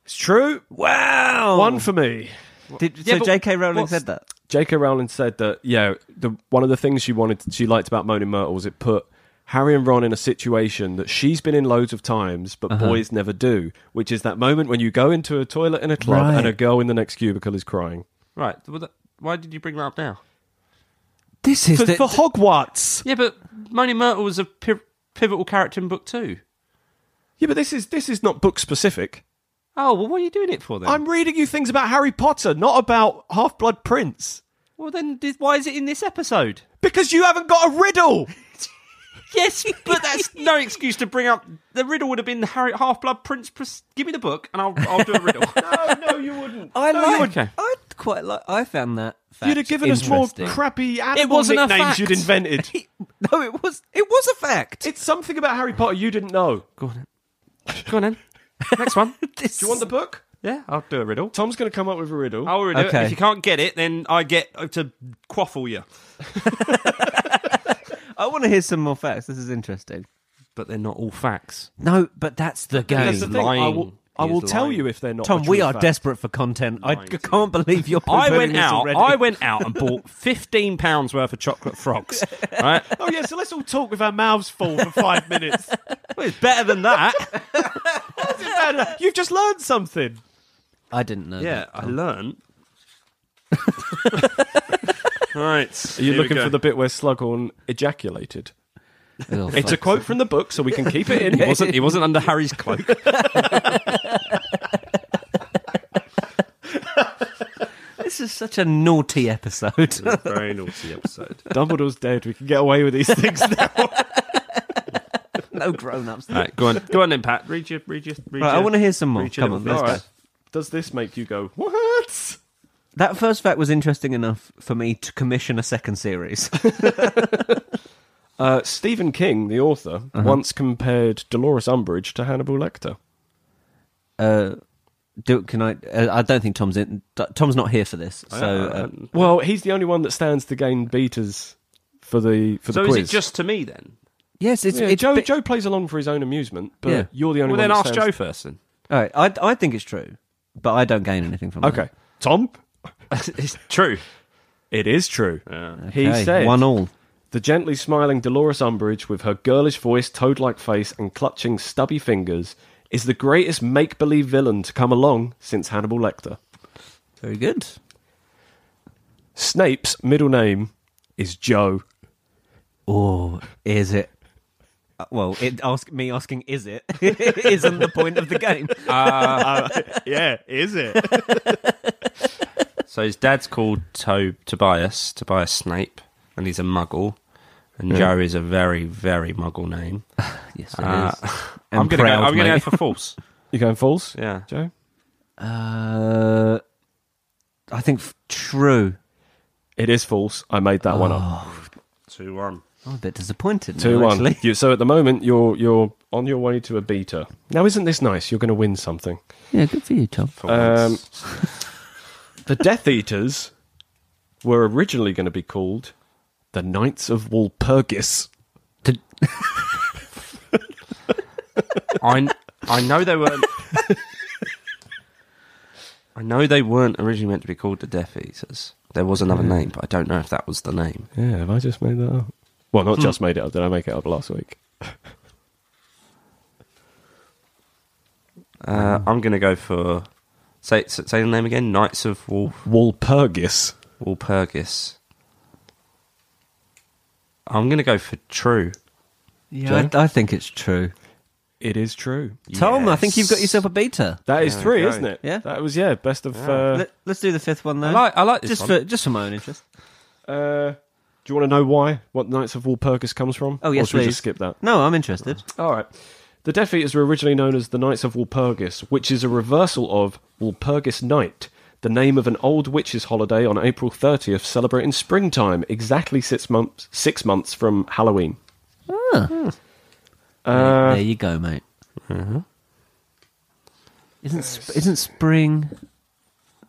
Speaker 2: It's true.
Speaker 3: Wow.
Speaker 2: One for me.
Speaker 3: Did,
Speaker 1: Yeah,
Speaker 3: so
Speaker 1: but
Speaker 3: J.K. Rowling
Speaker 1: what's-
Speaker 3: said that.
Speaker 2: J.K. Rowling said that yeah, the, one of the things she wanted, she liked about Moaning Myrtle was it put Harry and Ron in a situation that she's been in loads of times, but boys never do, which is that moment when you go into a toilet in a club
Speaker 3: Right.
Speaker 2: and a girl in the next cubicle is crying
Speaker 1: Right. Well, that, why did you bring that up now?
Speaker 3: This is
Speaker 2: for,
Speaker 3: the,
Speaker 2: for Hogwarts.
Speaker 1: Yeah, but Moni Myrtle was a pi- pivotal character in book two.
Speaker 2: Yeah, but this is this is not book specific.
Speaker 1: Oh well, what are you doing it for then?
Speaker 2: I'm reading you things about Harry Potter, not about Half Blood Prince,
Speaker 1: Well, then did, why is it in this episode?
Speaker 2: because you haven't got a riddle.
Speaker 1: Yes, but that's no excuse to bring up the riddle. Would have been the Harry Half Blood Prince. Pres- Give me the book, and I'll I'll do a riddle.
Speaker 2: no, no, you wouldn't.
Speaker 1: Oh,
Speaker 3: I
Speaker 1: yeah,
Speaker 3: like.
Speaker 1: okay.
Speaker 3: I quite like. I found that. Fact
Speaker 2: You'd have given us more
Speaker 3: interesting.
Speaker 2: crappy animal
Speaker 3: wasn't a
Speaker 2: nicknames
Speaker 3: fact.
Speaker 2: you'd invented.
Speaker 3: No, it was. It was a fact.
Speaker 2: it's something about Harry Potter you didn't know.
Speaker 1: Go on, then. go on, then. Next one.
Speaker 3: This-
Speaker 2: Do you want the book?
Speaker 1: Yeah, I'll do a riddle.
Speaker 2: Tom's going to come up with a riddle.
Speaker 1: I'll riddle. it.
Speaker 3: Okay.
Speaker 1: If you can't get it, then I get to quaffle you.
Speaker 3: I want to hear some more facts. This is interesting.
Speaker 1: But they're not all facts.
Speaker 3: No, but that's the game.
Speaker 2: That's the thing. I
Speaker 1: lying.
Speaker 2: will, I
Speaker 1: He is
Speaker 2: will tell
Speaker 1: lying.
Speaker 2: you if they're not.
Speaker 3: Tom,
Speaker 2: a
Speaker 3: we
Speaker 2: true
Speaker 3: are
Speaker 2: fact.
Speaker 3: desperate for content. I c- can't believe you're.
Speaker 1: I
Speaker 3: poo-pooing
Speaker 1: went
Speaker 3: this
Speaker 1: out.
Speaker 3: already.
Speaker 1: I went out and bought fifteen pounds worth of chocolate frogs. Right,
Speaker 2: Oh yeah, so let's all talk with our mouths full for five minutes.
Speaker 1: well, it's better than that.
Speaker 2: Man, You've just learned something.
Speaker 3: I didn't know.
Speaker 1: Yeah, I learned. right,
Speaker 2: Are you looking for the bit where Slughorn ejaculated?
Speaker 3: that. Oh,
Speaker 2: It's a
Speaker 3: fuck.
Speaker 2: quote from the book, so we can keep it in.
Speaker 1: He wasn't. He wasn't under Harry's cloak.
Speaker 3: This is such a naughty episode.
Speaker 1: Very naughty episode.
Speaker 2: Dumbledore's dead. We can get away with these things. Now.
Speaker 3: no grown-ups.
Speaker 1: All right, go on, go on, then, Pat. Read your, read your, read
Speaker 3: Right, I
Speaker 1: your-
Speaker 3: want to hear some more.
Speaker 1: reach your
Speaker 3: Come on,
Speaker 1: little
Speaker 3: let's
Speaker 2: all
Speaker 1: That's
Speaker 2: right.
Speaker 3: go.
Speaker 2: Does this make you go what?
Speaker 3: That first fact was interesting enough for me to commission a second series.
Speaker 2: Uh, Stephen King, the author,
Speaker 1: Uh-huh.
Speaker 2: once compared Dolores Umbridge to Hannibal Lecter.
Speaker 3: uh, do can I? Uh, I don't think Tom's in. D- Tom's not here for this.
Speaker 2: Oh,
Speaker 3: So uh,
Speaker 1: Um,
Speaker 2: Well, he's the only one that stands to gain beaters for the for
Speaker 1: so
Speaker 2: the
Speaker 1: is
Speaker 2: quiz.
Speaker 1: it just to me then?
Speaker 3: yes, it's,
Speaker 2: Yeah,
Speaker 3: it's
Speaker 2: Joe,
Speaker 3: bi-
Speaker 2: Joe plays along for his own amusement, but
Speaker 3: Yeah.
Speaker 2: you're the only
Speaker 1: Well, then
Speaker 2: one. that
Speaker 1: ask
Speaker 2: stands-
Speaker 1: Joe first. Then
Speaker 3: All right, I I think it's true, but I don't gain anything from it.
Speaker 2: Okay, Tom.
Speaker 1: it's true.
Speaker 2: It is true. He
Speaker 3: Okay,
Speaker 2: said
Speaker 3: one all.
Speaker 2: the gently smiling Dolores Umbridge, with her girlish voice, toad-like face, and clutching stubby fingers, is the greatest make-believe villain to come along since Hannibal Lecter.
Speaker 3: Very good.
Speaker 2: Snape's middle name is Joe.
Speaker 3: Or Oh, is it? uh, Well, it ask me asking is it isn't the point of the game.
Speaker 2: yeah, is it?
Speaker 1: So his dad's called to- Tobias, Tobias Snape, and he's a Muggle. And Joe is a very, very Muggle name.
Speaker 3: yes, it is.
Speaker 1: Uh,
Speaker 3: And
Speaker 1: I'm gonna
Speaker 3: proud,
Speaker 1: go. I'm gonna go
Speaker 3: mate.
Speaker 1: for false.
Speaker 2: You going false?
Speaker 1: Yeah.
Speaker 2: Joe. Ah.
Speaker 3: Uh, I think f- true.
Speaker 2: It is false. I made that one
Speaker 3: Ah.
Speaker 2: up.
Speaker 1: Two one.
Speaker 3: I'm a bit disappointed.
Speaker 2: Two
Speaker 3: now,
Speaker 2: one.
Speaker 3: actually.
Speaker 2: You, so at the moment you're you're on your way to a beta. Now isn't this nice? You're going to win something.
Speaker 3: Yeah, good for you, Tom.
Speaker 1: For once.
Speaker 2: The Death Eaters were originally going to be called the Knights of Walpurgis.
Speaker 3: Did-
Speaker 1: I kn- I know they weren't. I know they weren't originally meant to be called the Death Eaters. There was another name, but I don't know if that was the name.
Speaker 2: Yeah, have I just made that up? Well, not just made it up. Did I make it up last week?
Speaker 1: Uh, I'm going to go for say say the name again. Knights of Wolf
Speaker 2: Walpurgis.
Speaker 1: Walpurgis. I'm going to go for true.
Speaker 3: yeah, I, I think it's true.
Speaker 2: It is true.
Speaker 3: Tom, I think you've got
Speaker 1: Yes.
Speaker 3: yourself a beta.
Speaker 2: That is
Speaker 1: There we
Speaker 2: three,
Speaker 1: go.
Speaker 2: isn't it?
Speaker 3: Yeah.
Speaker 2: That was yeah. Best of. Uh,
Speaker 3: Let, us do the fifth one though.
Speaker 1: I like I like this
Speaker 3: uh, just
Speaker 1: one.
Speaker 3: for just for my own interest.
Speaker 2: uh, do you want to know why? What Knights of Walpurgis comes from?
Speaker 3: Oh, yes,
Speaker 2: or should we
Speaker 3: please.
Speaker 2: just skip that?
Speaker 3: No, I'm interested.
Speaker 2: All right. The Death Eaters were originally known as the Knights of Walpurgis, which is a reversal of Walpurgis Night, the name of an old witch's holiday on April 30th, celebrating springtime, exactly six months six months from Halloween.
Speaker 3: there you go, mate. Mm-hmm. Isn't sp- isn't spring?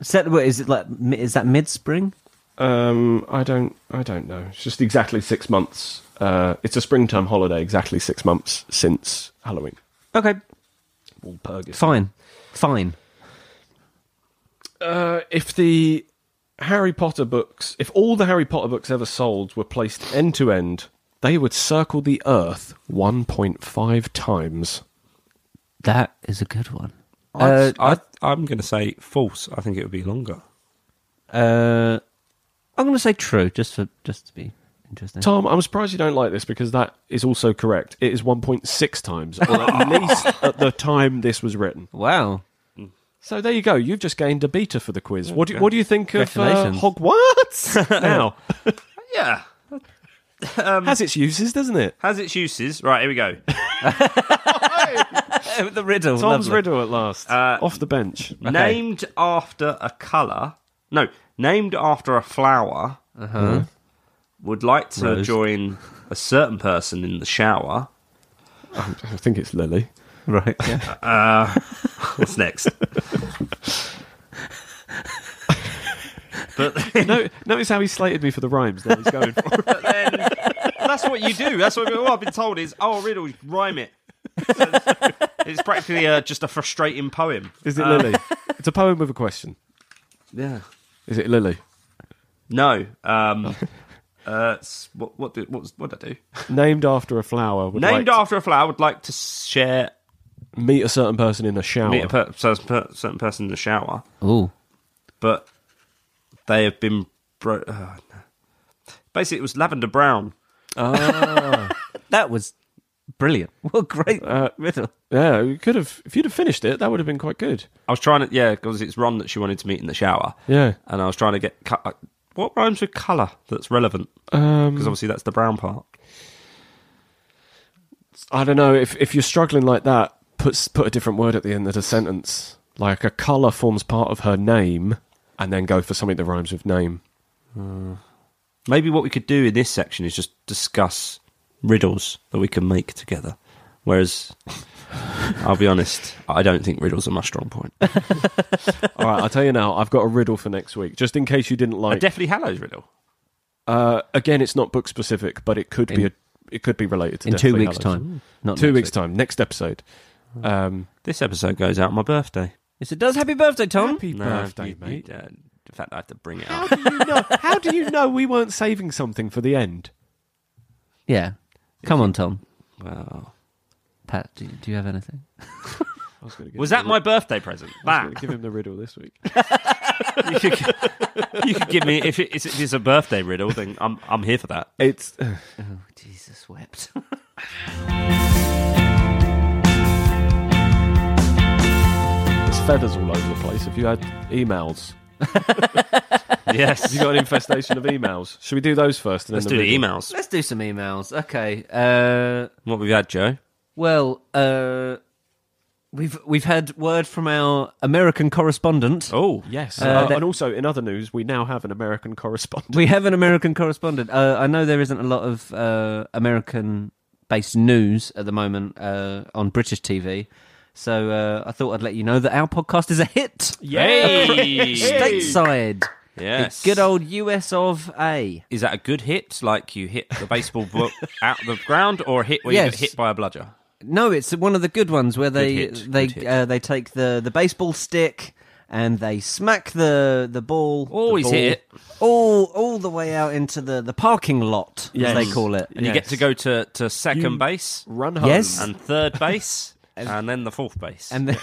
Speaker 3: Is that what is it like? mi- Is that mid spring?
Speaker 2: Um, I don't, I don't know. It's just exactly six months. Uh, it's a springtime holiday, exactly six months since Halloween.
Speaker 3: Okay,
Speaker 2: Walpurgis.
Speaker 3: fine, fine.
Speaker 2: Uh, if the Harry Potter books, if all the Harry Potter books ever sold were placed end to end, they would circle the Earth 1.5 times.
Speaker 3: That is a good one.
Speaker 1: I,
Speaker 3: Uh,
Speaker 1: I, I'm going to say false. I think it would be longer.
Speaker 3: uh, I'm going to say true, just for just to be Interesting.
Speaker 2: Tom, I'm surprised you don't like this because that is also correct. It is 1.6 times, or at least at the time this was written.
Speaker 3: Wow.
Speaker 2: So there you go. You've just gained a beta for the quiz. What do, what do you think of uh,
Speaker 3: Congratulations.
Speaker 2: Hogwarts now?
Speaker 1: Yeah.
Speaker 2: Has its uses, doesn't it?
Speaker 1: Has its uses. Right, here we go.
Speaker 3: the riddle.
Speaker 2: Tom's
Speaker 3: lovely.
Speaker 2: riddle at last, off the bench.
Speaker 1: Named after a colour. No, named after a flower. Uh-huh. Would like to
Speaker 3: Rose.
Speaker 1: join a certain person in the shower.
Speaker 2: I think it's Lily.
Speaker 3: Right.
Speaker 1: What's next? but
Speaker 2: No, notice how he slated me for the rhymes. That he's going for.
Speaker 1: but then that's what you do. That's what, all I've been told is, oh, riddles, rhyme it. So it's- it's practically uh, just a frustrating poem.
Speaker 2: Is it Lily? It's a poem with a question.
Speaker 1: Yeah.
Speaker 2: Is it Lily?
Speaker 1: No. Um, uh, s- what what did what, was, what did I do?
Speaker 2: Named after a flower. Would
Speaker 1: Named
Speaker 2: like
Speaker 1: after a flower, would like to share
Speaker 2: to meet a certain person in a shower.
Speaker 1: meet a per- certain, per- certain person in the shower,
Speaker 3: Ooh.
Speaker 1: but they have been bro. Uh, no. Basically, it was lavender brown.
Speaker 3: That was brilliant. What a great riddle.
Speaker 2: yeah, you could have. If you'd have finished it, that would have been quite good.
Speaker 1: I was trying to yeah, because it's Ron that she wanted to meet in the shower.
Speaker 2: Yeah.
Speaker 1: and I was trying to get cut. Like, what rhymes with colour that's relevant?
Speaker 2: Um,
Speaker 1: Because obviously that's the brown part.
Speaker 2: I don't know if if you're struggling like that, put put a different word at the end of the sentence. Like a color forms part of her name, and then go for something that rhymes with name.
Speaker 1: Maybe what we could do in this section is just discuss riddles that we can make together. Whereas, I'll be honest, I don't think riddles are my strong point.
Speaker 2: All right, I'll tell you now. I've got a riddle for next week, just in case you didn't
Speaker 1: A
Speaker 2: like.
Speaker 1: Deathly Hallows riddle.
Speaker 2: uh, again, it's not book specific, but it could be a, it could be related to
Speaker 3: In two
Speaker 2: Deathly
Speaker 3: weeks'
Speaker 2: Hallows.
Speaker 3: time. Not
Speaker 2: Two
Speaker 3: next
Speaker 2: weeks
Speaker 3: week.
Speaker 2: time, next episode. Um,
Speaker 1: This episode goes out on my birthday.
Speaker 3: Yes, it does. Happy birthday, Tom.
Speaker 1: No, you- you- uh, in fact, I have to bring it
Speaker 2: How
Speaker 1: up.
Speaker 2: do you know? How do you know we weren't saving something for the end?
Speaker 3: Yeah. Come on, Tom.
Speaker 1: Wow.
Speaker 3: Pat, do, do you have anything?
Speaker 2: I was going
Speaker 1: Was that my birthday present? That.
Speaker 2: give him the riddle this week.
Speaker 1: you, could, you could give me, if, it, if it's a birthday riddle, then I'm, I'm here for that.
Speaker 2: It's
Speaker 3: Oh, Jesus wept.
Speaker 2: There's feathers all over the place. Have you had emails?
Speaker 1: Yes.
Speaker 2: You got an infestation of emails. Should we do those first? And
Speaker 1: Let's do
Speaker 2: then
Speaker 1: the
Speaker 2: the riddle?
Speaker 1: emails.
Speaker 3: Let's do some emails. Okay. Uh,
Speaker 1: What have you had, Joe?
Speaker 3: well, uh, we've we've had word from our American correspondent.
Speaker 1: Oh,
Speaker 2: Yes.
Speaker 3: Uh,
Speaker 2: Uh,
Speaker 3: that-
Speaker 2: and also, in other news, we now have an American correspondent.
Speaker 3: We have an American correspondent. Uh, I know there isn't a lot of uh, American-based news at the moment uh, on British TV, so uh, I thought I'd let you know that our podcast is a hit
Speaker 1: Hey!
Speaker 3: stateside.
Speaker 1: Yes.
Speaker 3: Good old US of A.
Speaker 1: Is that a good hit? Like you hit the baseball bo- out of the ground, or a hit where you
Speaker 3: Yes.
Speaker 1: get hit by a bludger?
Speaker 3: No, it's one of the good ones where they
Speaker 1: Good hit,
Speaker 3: they
Speaker 1: good hit.
Speaker 3: Uh, they take the, the baseball stick and they smack the the ball.
Speaker 1: Always
Speaker 3: the ball,
Speaker 1: hit it.
Speaker 3: all all the way out into the, the parking lot
Speaker 2: Yes.
Speaker 3: as they call it.
Speaker 1: And you get to go to, to second
Speaker 2: You-
Speaker 1: base
Speaker 2: Run home.
Speaker 3: Yes.
Speaker 1: and third base and then the fourth base and,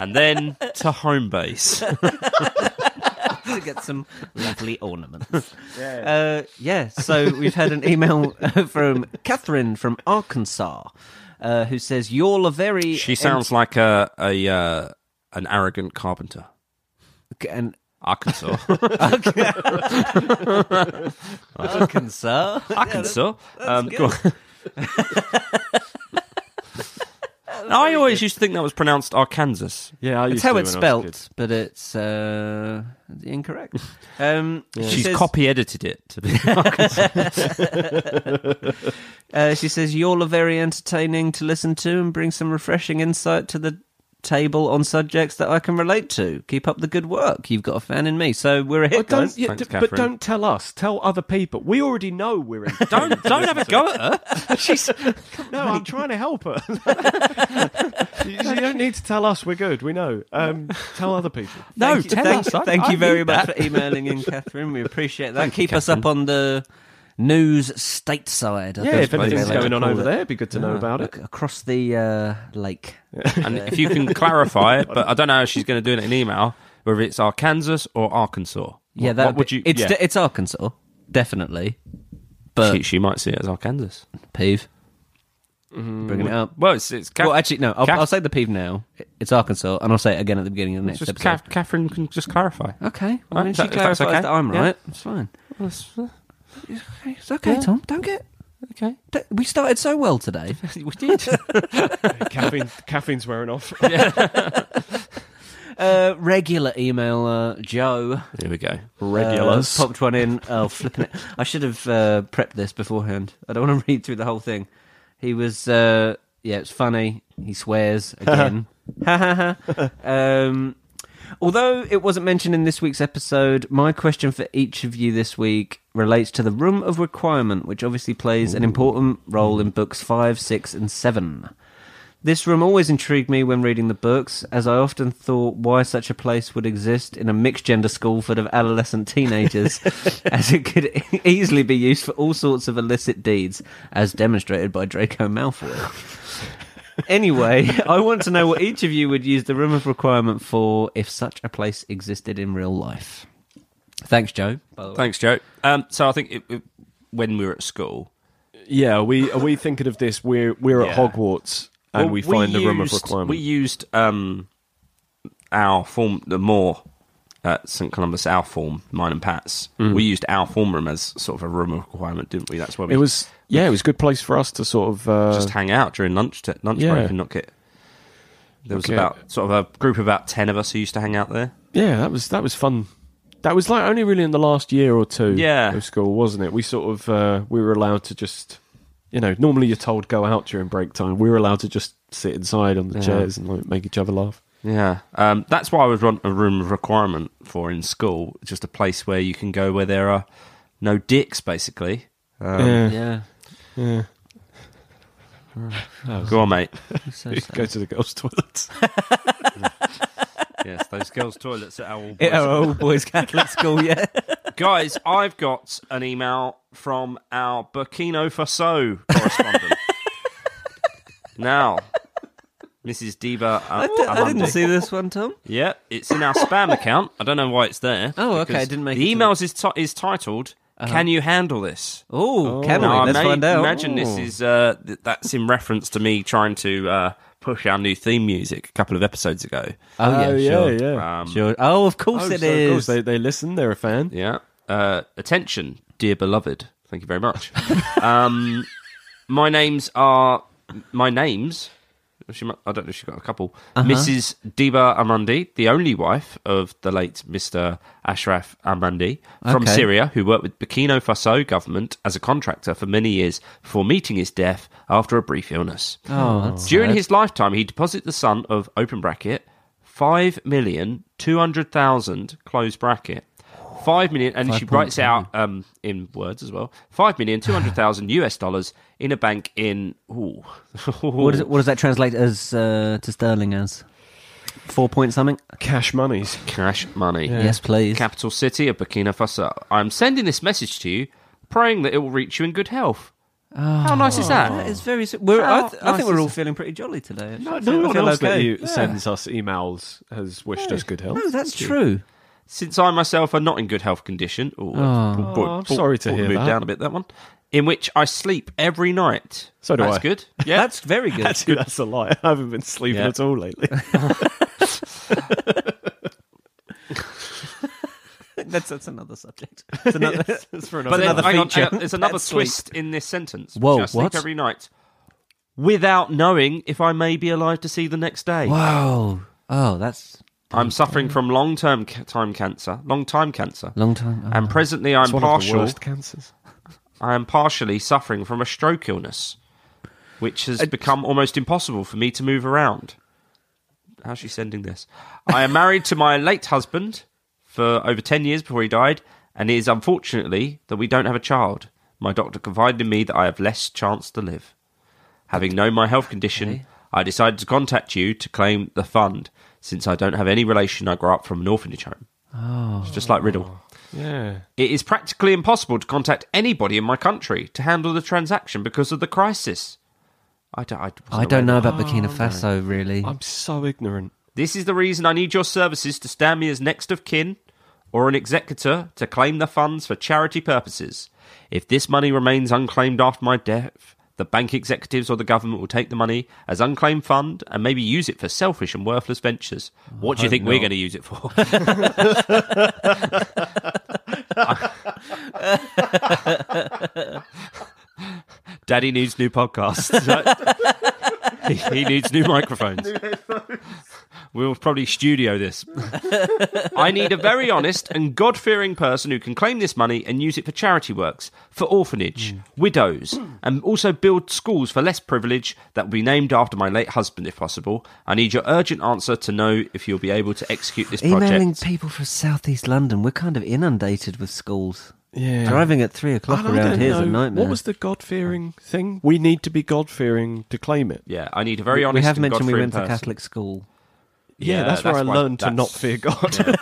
Speaker 3: And then,
Speaker 1: then to home base.
Speaker 3: to get some lovely ornaments. Yeah. Uh, yeah. So we've had an email uh, from Catherine from Arkansas, uh, who says you're a very
Speaker 1: She sounds like a a uh, an arrogant carpenter.
Speaker 3: ent- and
Speaker 1: Arkansas,
Speaker 3: Arkansas.
Speaker 1: Arkansas. um, go on. I always used to think that was pronounced Arkansas.
Speaker 2: Yeah, I
Speaker 3: It's
Speaker 2: used
Speaker 3: how
Speaker 2: to
Speaker 3: it's
Speaker 2: when I was a
Speaker 3: spelt, but it's uh, incorrect. Um, she
Speaker 1: She's
Speaker 3: says-
Speaker 1: copy edited it to be
Speaker 3: Uh, she says you're very entertaining to listen to and bring some refreshing insight to the table on subjects that I can relate to. Keep up the good work. You've got a fan in me, so we're a hit,
Speaker 2: kid. But
Speaker 3: guys.
Speaker 2: don't, yeah,
Speaker 1: Thanks,
Speaker 2: d- but
Speaker 1: Catherine.
Speaker 2: don't tell us. Tell other people. We already know we're in.
Speaker 1: Don't don't have a go at her.
Speaker 2: no, I'm trying to help her. you, you don't need to tell us we're good. We know. Um, tell other people.
Speaker 1: No,
Speaker 3: Thank you-
Speaker 1: tell
Speaker 3: thank,
Speaker 1: us. I-
Speaker 3: thank
Speaker 1: I
Speaker 3: you very
Speaker 1: need
Speaker 3: much
Speaker 1: that.
Speaker 3: for emailing in, Catherine. We appreciate that. Keep us up on the news stateside. I
Speaker 2: Yeah,
Speaker 3: think
Speaker 2: if anything's
Speaker 3: they like to
Speaker 2: going on
Speaker 3: call
Speaker 2: over
Speaker 3: it.
Speaker 2: there, it'd be good to know about it.
Speaker 3: Ac- Across the uh, lake.
Speaker 1: And if you can clarify it, but I don't know how she's going to do it in an email, whether it's Arkansas or Arkansas.
Speaker 3: Yeah,
Speaker 1: What-
Speaker 3: that
Speaker 1: what would you?
Speaker 3: It's
Speaker 1: yeah.
Speaker 3: it's Arkansas. definitely. But
Speaker 1: she, she might see it as Arkansas.
Speaker 3: peeve. Bringing it up.
Speaker 1: Well, it's, it's Mm-hmm. Ca-
Speaker 3: well, actually, no. I'll,
Speaker 1: Ca-
Speaker 3: I'll say the peeve now. It's Arkansas, and I'll say it again at the beginning of the next
Speaker 1: just
Speaker 3: episode.
Speaker 1: Ca- Catherine can just clarify.
Speaker 3: Okay.
Speaker 1: Right,
Speaker 3: Well, then
Speaker 1: if
Speaker 3: she
Speaker 1: that- if that's
Speaker 3: clarifies
Speaker 1: okay.
Speaker 3: that I'm
Speaker 1: Yeah. uh,
Speaker 3: right. It's fine. It's okay,
Speaker 1: Yeah.
Speaker 3: Tom. Don't get.
Speaker 1: okay,
Speaker 3: don't- We started so well today.
Speaker 1: we did.
Speaker 2: caffeine, caffeine's wearing off.
Speaker 3: Uh, regular emailer Joe.
Speaker 1: Here we go.
Speaker 2: Regulars.
Speaker 3: Uh, popped one in. Oh, flipping it. I should have uh, prepped this beforehand. I don't want to read through the whole thing. He was, uh, yeah, it's funny. He swears again. Ha ha ha. Um, Although it wasn't mentioned in this week's episode, my question for each of you this week relates to the Room of Requirement, which obviously plays an important role in books 5, 6, and 7. This room always intrigued me when reading the books, as I often thought why such a place would exist in a mixed gender school full of adolescent teenagers, as it could e- easily be used for all sorts of illicit deeds, as demonstrated by Draco Malfoy. Anyway, I want to know what each of you would use the room of requirement for if such a place existed in real life. Thanks, Joe. By the way.
Speaker 1: Thanks, Joe. Um, so I think it, it- when we were at school,
Speaker 2: yeah, are we are we thinking of this? We're we're
Speaker 1: Yeah.
Speaker 2: at Hogwarts and
Speaker 1: Well,
Speaker 2: we find the room of
Speaker 1: used-
Speaker 2: requirement.
Speaker 1: We used um, our form, the more at St Columbus, our form, mine and Pat's. We used our form room as sort of a room of requirement, didn't we? That's where we
Speaker 2: it was yeah, it was a good place for us to sort of uh,
Speaker 1: just hang out during lunch t- lunch
Speaker 2: Yeah.
Speaker 1: break and not get. There was
Speaker 2: Okay.
Speaker 1: about sort of a group of about ten of us who used to hang out there.
Speaker 2: yeah, that was that was fun. That was like only really in the last year or two
Speaker 1: Yeah.
Speaker 2: of school, wasn't it? We sort of uh, we were allowed to just you know, normally you're told go out during break time. We were allowed to just sit inside on the
Speaker 1: Yeah.
Speaker 2: chairs and like make each other laugh.
Speaker 1: Yeah, um, that's why I would want a room of requirement for in school, just a place where you can go where there are no dicks, basically. Um,
Speaker 2: yeah.
Speaker 3: Yeah.
Speaker 2: yeah.
Speaker 1: Go on, mate.
Speaker 3: So
Speaker 2: Go to the girls' toilets.
Speaker 1: yes, those girls' toilets at our all boys.
Speaker 3: At our old oh, boys Catholic school, yeah.
Speaker 1: Guys, I've got an email from our Burkina Faso correspondent. now, uh, Mrs. Diva.
Speaker 3: I d- I didn't
Speaker 1: Ahmadi.
Speaker 3: see this one, Tom.
Speaker 1: Yeah, it's in our spam account. I don't know why it's there.
Speaker 3: Oh, okay,
Speaker 1: because
Speaker 3: it didn't make
Speaker 1: the
Speaker 3: it to the-
Speaker 1: emails is ti is titled "Can you handle this?"
Speaker 3: Ooh, can
Speaker 1: Now,
Speaker 3: we? Let's
Speaker 1: I may
Speaker 3: find out.
Speaker 1: Oh, imagine this is uh, th- that's in reference to me trying to uh, push our new theme music a couple of episodes ago.
Speaker 3: Oh, yeah, sure.
Speaker 2: yeah.
Speaker 1: Um,
Speaker 3: Sure. Oh, of course
Speaker 2: Oh,
Speaker 3: it
Speaker 2: so of
Speaker 3: is.
Speaker 2: course they, they listen. They're a fan.
Speaker 1: Yeah. Uh, attention, dear beloved. Thank you very much. um, my names are my names. She might, I don't know. if She's got a couple.
Speaker 3: Uh-huh.
Speaker 1: Mrs. Diba Amandi, the only wife of the late Mr. Ashraf Amandi from
Speaker 3: Okay.
Speaker 1: Syria, who worked with Burkina Faso government as a contractor for many years before meeting his death after a brief illness.
Speaker 3: Oh, that's
Speaker 1: During
Speaker 3: sad.
Speaker 1: his lifetime, he deposited the sum of open bracket five million two hundred thousand close bracket five million, and she writes it out um, in words as well. Five million two hundred thousand US dollars in a bank in ooh,
Speaker 3: What, is it, what does that translate as uh, to sterling as? Four point something?
Speaker 2: Cash monies.
Speaker 1: cash money.
Speaker 3: Yes, please.
Speaker 1: Capital city of Burkina Faso. I'm sending this message to you, praying that it will reach you in good health. How nice is that?
Speaker 3: That is very. s- We're, I, th-
Speaker 1: How
Speaker 3: I think
Speaker 1: nice
Speaker 3: we're all
Speaker 1: is
Speaker 3: feeling pretty jolly today.
Speaker 2: No,
Speaker 3: I feel- I
Speaker 2: no one
Speaker 3: feel
Speaker 2: else that
Speaker 3: okay.
Speaker 2: you uh, sends us emails has wished us good health.
Speaker 3: No, that's true.
Speaker 1: since I myself are not in good health condition.
Speaker 2: Oh.
Speaker 1: Ooh, I've brought- brought-
Speaker 2: I'm
Speaker 1: brought-
Speaker 2: sorry to
Speaker 1: brought the
Speaker 2: hear
Speaker 1: mood
Speaker 2: that.
Speaker 1: down a bit. That one, in which I sleep every night.
Speaker 2: So do
Speaker 1: That's
Speaker 2: I.
Speaker 1: good. Yeah,
Speaker 3: That's very good.
Speaker 2: Actually, that's a lie. I haven't been sleeping
Speaker 1: Yeah.
Speaker 2: at all lately.
Speaker 3: that's, that's another subject. It's another, it's for another,
Speaker 1: but then,
Speaker 3: another
Speaker 1: hang on,
Speaker 3: feature.
Speaker 1: hang on, there's another
Speaker 3: That's sweet.
Speaker 1: twist in this sentence.
Speaker 3: Whoa,
Speaker 1: which I sleep
Speaker 3: what?
Speaker 1: every night without knowing if I may be alive to see the next day.
Speaker 3: Wow. Oh, that's
Speaker 1: I'm suffering from long-term ca- time cancer, long-time cancer,
Speaker 3: long time. Oh.
Speaker 1: and presently I'm
Speaker 2: It's one of the
Speaker 1: partial.
Speaker 2: worst cancers.
Speaker 1: I am partially suffering from a stroke illness, which has become almost impossible for me to move around. How's she sending this? I am married to my late husband for over 10 years before he died, and it is unfortunately that we don't have a child. My doctor confided in me that I have less chance to live. Having known my health condition, I decided to contact you to claim the fund since I don't have any relation I grew up from an orphanage home. Oh. It's just like Riddle.
Speaker 2: Yeah.
Speaker 1: It is practically impossible to contact anybody in my country to handle the transaction because of the crisis. I don't, I wasn't
Speaker 3: I
Speaker 1: aware
Speaker 3: don't know
Speaker 1: of that.
Speaker 3: about Burkina Faso, really.
Speaker 2: I'm so ignorant.
Speaker 1: This is the reason I need your services to stand me as next of kin or an executor to claim the funds for charity purposes. If this money remains unclaimed after my death, the bank executives or the government will take the money as unclaimed fund and maybe use it for selfish and worthless ventures. What do you think we're going to use it for? Daddy needs new podcasts. he, he needs new microphones. We'll probably studio this. I need a very honest and God fearing person who can claim this money and use it for charity works, for orphanage, widows, and also build schools for less privileged that will be named after my late husband if possible. I need your urgent answer to know if you'll be able to execute this
Speaker 3: Emailing
Speaker 1: project.
Speaker 3: people from southeast London, we're kind of inundated with schools.
Speaker 2: Yeah.
Speaker 3: Driving at three o'clock
Speaker 2: And I
Speaker 3: around
Speaker 2: don't
Speaker 3: here is a
Speaker 2: know,
Speaker 3: nightmare.
Speaker 2: What was the God fearing thing? We need to be God fearing to claim it.
Speaker 1: Yeah, I need a very honest
Speaker 3: we have
Speaker 1: and
Speaker 3: mentioned we
Speaker 1: God-fearing
Speaker 3: went to
Speaker 1: person.
Speaker 3: Catholic school.
Speaker 2: Yeah, that's, where I
Speaker 1: why-
Speaker 2: learned to
Speaker 1: that's-
Speaker 2: not fear God.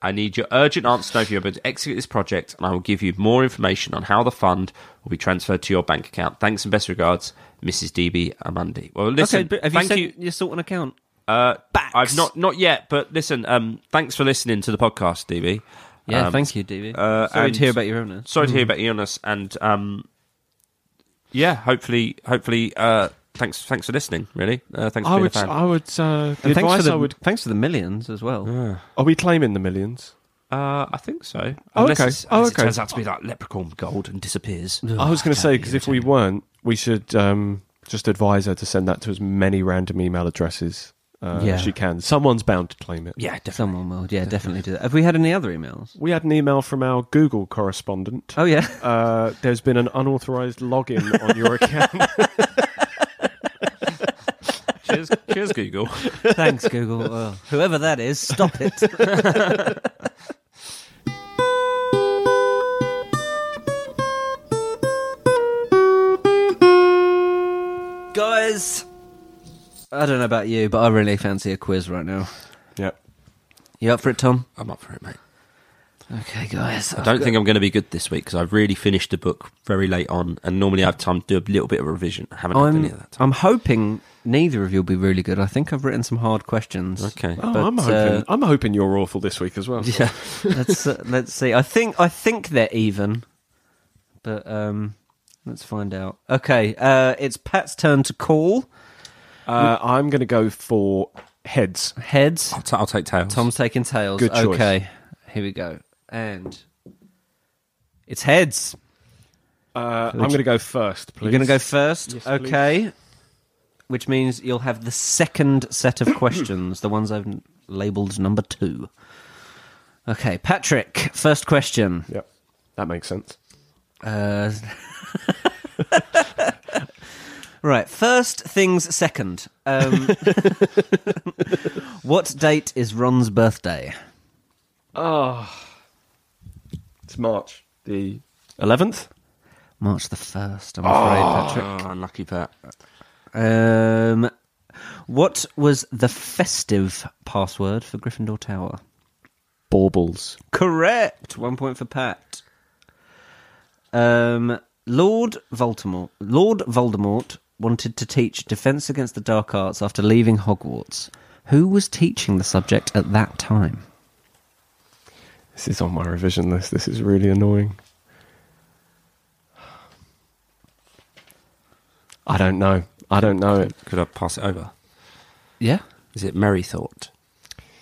Speaker 1: I need your urgent answer to know if you're able to execute this project, and I will give you more information on how the fund will be transferred to your bank account. Thanks and best regards, Mrs. DB Amandi. Well, listen,
Speaker 3: okay, but have you
Speaker 1: thank
Speaker 3: sent
Speaker 1: you.
Speaker 3: your sort an account?
Speaker 1: Uh,
Speaker 3: Backs.
Speaker 1: I've not not yet, but listen. Um, thanks for listening to the podcast, DB.
Speaker 3: Yeah,
Speaker 1: Um,
Speaker 3: thank you, DB.
Speaker 1: uh,
Speaker 3: Sorry
Speaker 1: and-
Speaker 3: to hear about your illness.
Speaker 1: Sorry to hear about your illness, and um, yeah, hopefully, hopefully, uh, thanks, thanks for listening. Really, uh, thanks for
Speaker 2: I
Speaker 1: being a
Speaker 2: would,
Speaker 1: fan.
Speaker 2: I would, uh, the
Speaker 3: And thanks, for
Speaker 2: advice
Speaker 3: the,
Speaker 2: I would. Mm.
Speaker 3: thanks for the millions as well.
Speaker 2: Are we claiming the millions?
Speaker 1: uh, I think so.
Speaker 2: Oh,
Speaker 1: Unless
Speaker 2: okay.
Speaker 1: it's-
Speaker 2: Oh,
Speaker 1: unless
Speaker 2: okay.
Speaker 1: It turns out to be like leprechaun gold and disappears.
Speaker 2: I was going to say, because if we weren't, we should um, just advise her to send that to as many random email addresses uh,
Speaker 3: Yeah.
Speaker 2: as she can. Someone's bound to claim it.
Speaker 1: yeah, definitely.
Speaker 3: Someone will, yeah, definitely do that. Have we had any other emails?
Speaker 2: We had an email from our Google correspondent.
Speaker 3: Oh, yeah.
Speaker 2: Uh, there's been an unauthorized login on your account.
Speaker 1: Cheers, cheers, Google.
Speaker 3: Thanks, Google. Well, whoever that is, stop it. Guys, I don't know about you, but I really fancy a quiz right now.
Speaker 2: yep.
Speaker 3: You up for it, Tom?
Speaker 1: I'm up for it, mate.
Speaker 3: Okay, guys.
Speaker 1: I don't think I'm going to be good this week because I've really finished the book very late on, and normally I have time to do a little bit of revision. I haven't had any of
Speaker 3: I'm,
Speaker 1: that time.
Speaker 3: I'm hoping neither of you will be really good. I think I've written some hard questions.
Speaker 1: Okay.
Speaker 2: Oh,
Speaker 3: But,
Speaker 2: I'm hoping.
Speaker 3: uh,
Speaker 2: I'm hoping you're awful this week as well.
Speaker 3: Yeah, let's uh, let's see. I think I think they're even, but um, let's find out. Okay, uh, it's Pat's turn to call.
Speaker 2: Uh, I'm going to go for heads.
Speaker 3: Heads.
Speaker 1: I'll, t- I'll take tails.
Speaker 3: Tom's taking tails.
Speaker 2: Good choice.
Speaker 3: Okay, here we go. And it's heads.
Speaker 2: Uh, I'm going to go first, please.
Speaker 3: You're going to go first.
Speaker 2: Yes, please.
Speaker 3: okay, which means you'll have the second set of questions, the ones I've labelled number two. Okay, Patrick. First question.
Speaker 2: Yep. That makes sense.
Speaker 3: Uh, right. First things second. Um, what date is Ron's birthday?
Speaker 2: Ah. It's March the 11th.
Speaker 3: March the first. I'm afraid,
Speaker 1: Oh, unlucky Pat.
Speaker 3: Patrick. Um, what was the festive password for Gryffindor Tower?
Speaker 2: Baubles.
Speaker 3: Correct. One point for Pat. Um, Lord Voldemort. Lord Voldemort wanted to teach Defense Against the Dark Arts after leaving Hogwarts. Who was teaching the subject at that time?
Speaker 2: This is on my revision list. This is really annoying. I don't know. I don't know it.
Speaker 1: Could I pass it over?
Speaker 3: Yeah.
Speaker 1: Is it Merrythought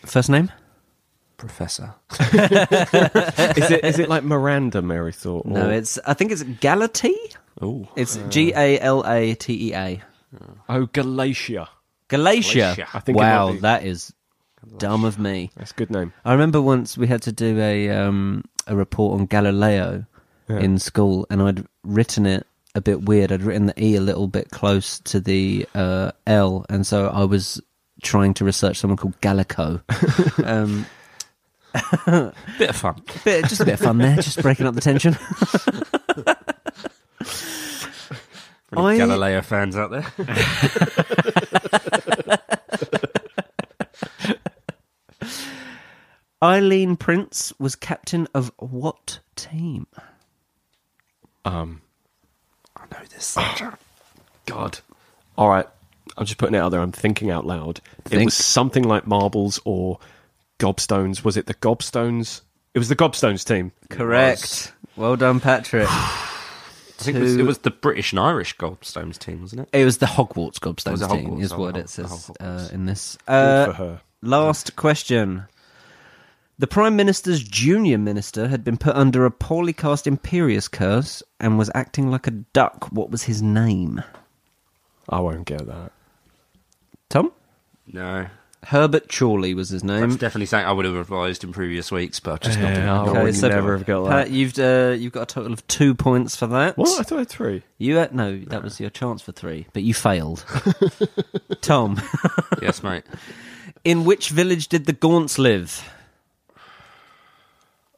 Speaker 3: First name?
Speaker 1: Professor?
Speaker 2: Is it is it like Miranda Merrythought?
Speaker 3: No,
Speaker 2: or-
Speaker 3: it's. I think it's Galatea.
Speaker 1: Oh,
Speaker 3: It's G A L A T E A.
Speaker 2: oh Galatia.
Speaker 3: Galatia.
Speaker 1: Galatia.
Speaker 2: I think it
Speaker 3: wow,
Speaker 2: might be.
Speaker 3: that is dumb of me.
Speaker 2: That's a good name.
Speaker 3: I remember once we had to do a um, a report on Galileo
Speaker 2: Yeah.
Speaker 3: in school, and I'd written it a bit weird. I'd written the E a little bit close to the uh, L, and so I was trying to research someone called Gallico. um,
Speaker 1: bit of fun.
Speaker 3: bit, just a bit of fun there, just breaking up the tension.
Speaker 1: For any
Speaker 3: I-
Speaker 1: Galileo fans out there.
Speaker 3: Eileen Prince was captain of what team?
Speaker 2: Um
Speaker 1: I know this.
Speaker 2: God. All right. I'm just putting it out there. I'm thinking out loud. It
Speaker 3: Think.
Speaker 2: was something like marbles or Gobstones. Was it the Gobstones? It was the Gobstones team.
Speaker 3: Correct. Well done, Patrick.
Speaker 1: I think it was, it was the British and Irish Goldstones team, wasn't it?
Speaker 3: It was the Hogwarts
Speaker 1: Was
Speaker 3: Gobstones
Speaker 1: it
Speaker 3: team,
Speaker 1: Hogwarts?
Speaker 3: is
Speaker 1: Oh,
Speaker 3: what
Speaker 1: the
Speaker 3: it
Speaker 1: Hog- the
Speaker 3: says uh,
Speaker 1: Hogwarts.
Speaker 3: in this.
Speaker 2: Good
Speaker 3: Uh,
Speaker 2: for her.
Speaker 3: Last question. The Prime Minister's junior minister had been put under a poorly cast imperious curse and was acting like a duck. What was his name?
Speaker 2: I won't get that.
Speaker 3: Tom?
Speaker 1: No.
Speaker 3: Herbert Chorley was his
Speaker 1: That's
Speaker 3: name.
Speaker 1: definitely something I would have advised in previous weeks, but I've just not
Speaker 2: Yeah,
Speaker 1: been-
Speaker 2: I
Speaker 1: not
Speaker 2: would
Speaker 1: been-
Speaker 3: so
Speaker 2: Oh, never have got
Speaker 3: Pat,
Speaker 2: that.
Speaker 3: you've uh, you've got a total of two points for that.
Speaker 2: What? I thought I had three.
Speaker 3: You uh, no, that was your chance for three, but you failed. Tom,
Speaker 1: Yes, mate.
Speaker 3: in which village did the Gaunts live?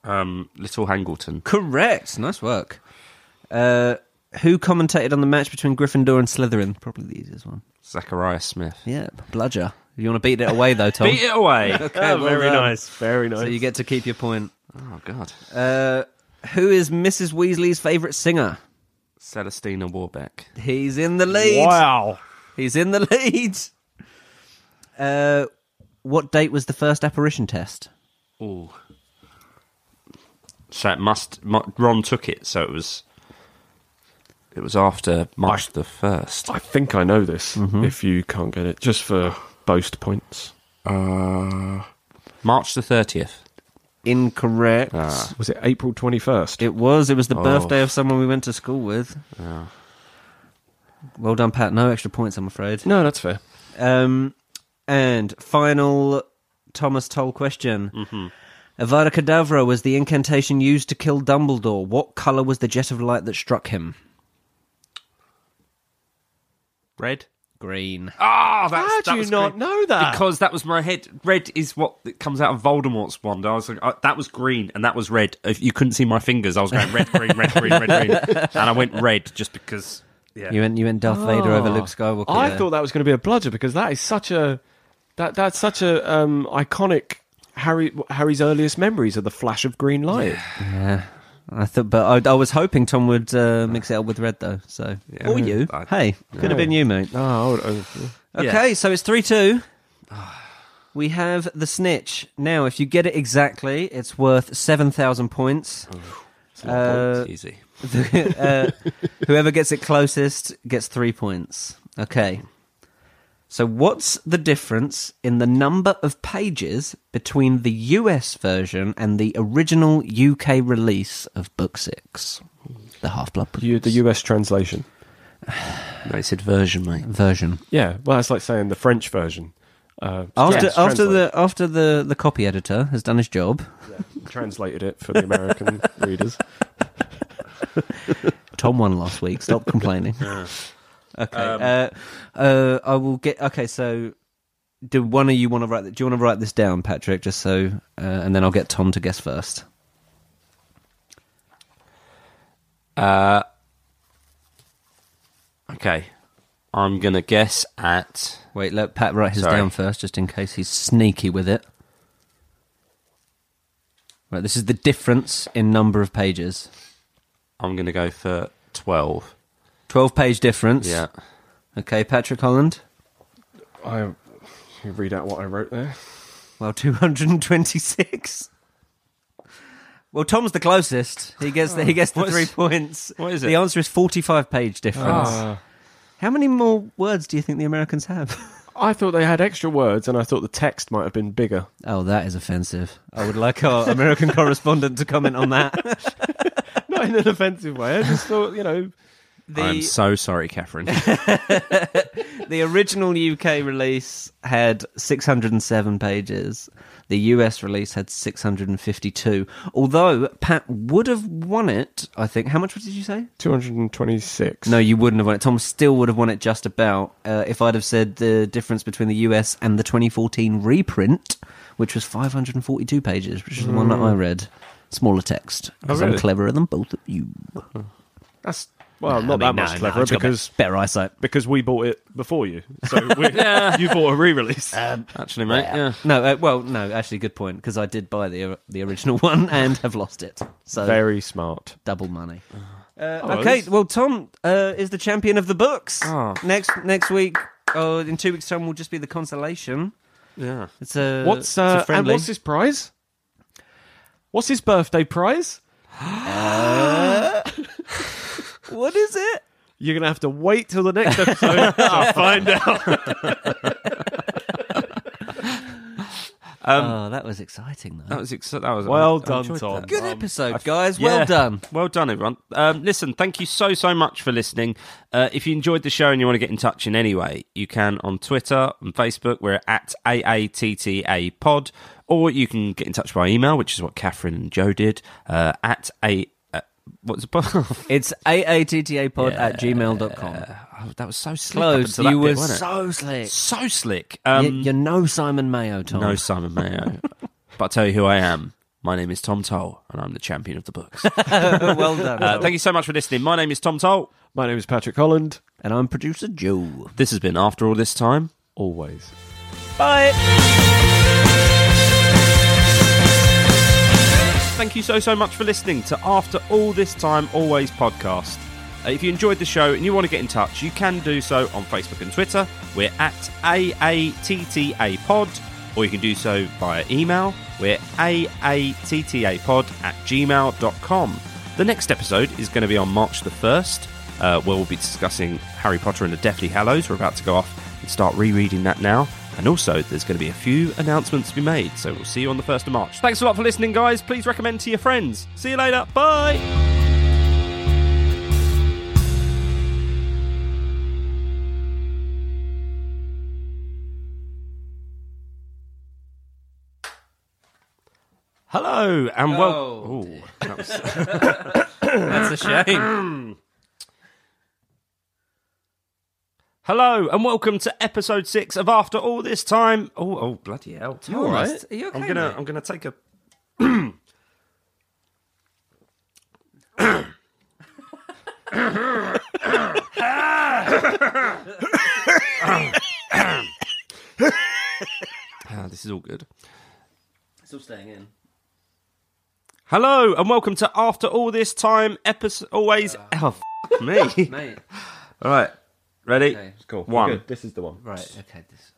Speaker 1: Um, Little Hangleton.
Speaker 3: Correct. Nice work. Uh, who commentated on the match between Gryffindor and Slytherin? Probably the easiest one.
Speaker 1: Zachariah Smith.
Speaker 3: Yeah, bludger. You want to beat it away though, Tom?
Speaker 1: Beat it away.
Speaker 3: Okay, well
Speaker 2: Oh, very
Speaker 3: done.
Speaker 2: nice. Very nice.
Speaker 3: So you get to keep your point.
Speaker 1: oh, God.
Speaker 3: Uh, who is Mrs. Weasley's favourite singer?
Speaker 1: Celestina Warbeck.
Speaker 3: He's in the lead.
Speaker 2: wow.
Speaker 3: He's in the lead. Uh, what date was the first apparition test?
Speaker 1: Ooh. So it must. mu- Ron took it, so it was. It was after March the 1st.
Speaker 2: I think I know this. If you can't get it, just for boast points.
Speaker 1: Uh, March the 30th.
Speaker 3: Incorrect.
Speaker 2: Was it April twenty first?
Speaker 3: It was. It was the birthday of someone we went to school with. Well done, Pat. No extra points, I'm afraid.
Speaker 2: No, that's fair.
Speaker 3: Um, and final Thomas Toll question.
Speaker 1: Mm-hmm.
Speaker 3: Avada Kedavra was the incantation used to kill Dumbledore. What colour was the jet of light that struck him?
Speaker 1: Red?
Speaker 3: Green.
Speaker 1: Ah, that's
Speaker 2: How do
Speaker 1: that
Speaker 2: you
Speaker 1: was
Speaker 2: not
Speaker 1: green.
Speaker 2: know that?
Speaker 1: Because that was my head. Red is what that comes out of Voldemort's wand. I was like, uh, that was green and that was red. If you couldn't see my fingers, I was going red, green, red, green, red, green, and I went red just because. Yeah,
Speaker 3: You went, you went Darth Vader over
Speaker 1: Oh.
Speaker 3: Luke Skywalker.
Speaker 2: I
Speaker 3: there.
Speaker 2: thought that was going to be a bludger because that is such a that that's such a um, iconic Harry Harry's earliest memories are the flash of green light.
Speaker 3: Yeah. I thought, but I, I was hoping Tom would uh, mix it up with red, though. So,
Speaker 1: Yeah.
Speaker 3: or you,
Speaker 1: I-
Speaker 3: hey, could have been you, mate.
Speaker 2: Oh, I would- I would-
Speaker 3: Okay, so it's 3 2. We have the snitch. Now, if you get it exactly, it's worth 7,000 points.
Speaker 1: It's a lot of
Speaker 3: Uh,
Speaker 1: points, easy.
Speaker 3: uh, whoever gets it closest gets three points. Okay. So, what's the difference in the number of pages between the US version and the original UK release of Book Six? The Half Blood
Speaker 2: you, the U.S. translation.
Speaker 1: No, it's version, mate.
Speaker 3: version.
Speaker 2: Yeah, well, that's like saying the French version. Uh,
Speaker 3: After,
Speaker 2: trans-
Speaker 3: after
Speaker 2: translate-
Speaker 3: the after the, the copy editor has done his job,
Speaker 2: translated it for the American readers.
Speaker 3: Tom won last week. Stop complaining. Okay.
Speaker 1: Um,
Speaker 3: uh, uh, I will get. Okay, so do one of you want to write? Do you want to write this down, Patrick? Just so, uh, and then I'll get Tom to guess first.
Speaker 1: Okay, I'm gonna guess at
Speaker 3: Wait, let Pat write his
Speaker 1: Sorry.
Speaker 3: down first, just in case he's sneaky with it. Right, this is the difference in number of pages.
Speaker 1: I'm gonna go for twelve.
Speaker 3: Twelve page difference.
Speaker 1: Yeah,
Speaker 3: Okay, Patrick Holland.
Speaker 2: I you read out what I wrote there.
Speaker 3: Well, two hundred and twenty six. Well, Tom's the closest. He gets the, he gets the
Speaker 1: What's-
Speaker 3: three points.
Speaker 1: what is
Speaker 3: The
Speaker 1: it?
Speaker 3: answer is Ah. forty five page difference.
Speaker 2: Uh,
Speaker 3: How many more words do you think the Americans have?
Speaker 2: I thought they had extra words, and I thought the text might have been bigger.
Speaker 3: Oh, that is offensive. I would like our American correspondent to comment on that.
Speaker 2: Not in an offensive way. I just thought, you know,
Speaker 1: I'm
Speaker 3: The,
Speaker 1: so sorry, Catherine.
Speaker 3: the original UK release had 607 pages. The US release had 652. Although Pat would have won it, I think. How much did you say?
Speaker 2: two hundred and twenty-six.
Speaker 3: No, you wouldn't have won it. Tom still would have won it just about uh, if I'd have said the difference between the US and the 2014 reprint, which was 542 pages, which is the one that I read. Smaller text. Because I'm
Speaker 2: really?
Speaker 3: cleverer than both of you.
Speaker 2: that's well,
Speaker 3: I
Speaker 2: not
Speaker 3: mean,
Speaker 2: that
Speaker 3: no,
Speaker 2: much
Speaker 3: no,
Speaker 2: cleverer
Speaker 3: I've just got
Speaker 2: because
Speaker 3: better, better eyesight.
Speaker 2: because we bought it before you. So we, you bought a re-release.
Speaker 3: Um,
Speaker 1: Actually, mate. Yeah.
Speaker 3: No, uh, well, no, actually, good point because I did buy the uh, the original one and have lost it. So
Speaker 2: Very smart.
Speaker 3: double money.
Speaker 2: Oh,
Speaker 3: Uh, okay,
Speaker 2: that's-
Speaker 3: well, Tom uh, is the champion of the books.
Speaker 1: Oh.
Speaker 3: Next next week, or in two weeks' time, will just be the consolation.
Speaker 1: Yeah.
Speaker 3: It's a
Speaker 2: What's
Speaker 3: it's
Speaker 2: uh,
Speaker 3: a
Speaker 2: and
Speaker 3: friendly.
Speaker 2: what's his prize? What's his birthday prize?
Speaker 3: What is it?
Speaker 2: You're gonna have to wait till the next episode to find out.
Speaker 3: oh, that was exciting though.
Speaker 1: Um, That was ex- that was
Speaker 2: Well
Speaker 1: I- I
Speaker 2: done,
Speaker 1: enjoyed
Speaker 2: Tom.
Speaker 1: that.
Speaker 3: Good
Speaker 2: Um,
Speaker 3: episode, guys.
Speaker 1: Yeah.
Speaker 3: Well done.
Speaker 1: Well done, everyone. Um, listen, thank you so, so much for listening. Uh, if you enjoyed the show and you want to get in touch in any way, you can on Twitter and Facebook. We're at AATTA Pod. Or you can get in touch by email, which is what Catherine and Joe did, uh, at A. Uh, what's the pod?
Speaker 3: It's aattapod at gmail.com.
Speaker 1: Oh, that was so slick. up
Speaker 3: Close.
Speaker 1: until that
Speaker 3: You
Speaker 1: bit,
Speaker 3: were
Speaker 1: wasn't it?
Speaker 3: so slick.
Speaker 1: so slick.
Speaker 3: You-
Speaker 1: Um,
Speaker 3: You're no Simon Mayo, Tom.
Speaker 1: No Simon Mayo. but I tell you who I am. My name is Tom Toll, and I'm the champion of the books.
Speaker 3: well done.
Speaker 1: Uh, thank you so much for listening. My name is Tom Toll.
Speaker 2: My name is Patrick Holland.
Speaker 3: and I'm producer Joe.
Speaker 1: This has been After All This Time.
Speaker 2: Always.
Speaker 3: Bye.
Speaker 1: Thank you so, so much for listening to After All This Time Always podcast. Uh, if you enjoyed the show and you want to get in touch, you can do so on Facebook and Twitter. We're at AATTA Pod, or you can do so via email. We're AATTAPod at gmail.com. The next episode is going to be on March the 1st, uh, where we'll be discussing Harry Potter and the Deathly Hallows. We're about to go off and start rereading that now. And also, there's going to be a few announcements to be made, so we'll see you on the 1st of March. Thanks a lot for listening, guys. Please recommend to your friends. See you later. Bye. Hello, and well.
Speaker 3: Oh,
Speaker 1: Ooh, that was-
Speaker 3: That's a shame.
Speaker 1: Hello, and welcome to episode six of After All This Time. Oh, oh bloody hell.
Speaker 3: You all right? Are you okay,
Speaker 1: I'm gonna
Speaker 3: mate?
Speaker 1: I'm gonna take a Ah, this is all good.
Speaker 3: Still staying in.
Speaker 1: Hello and welcome to After All This Time episode always oh f- me.
Speaker 3: Mate.
Speaker 1: All right. Ready?
Speaker 3: Okay.
Speaker 2: Cool.
Speaker 1: One.
Speaker 2: This is the one.
Speaker 3: Right, okay. This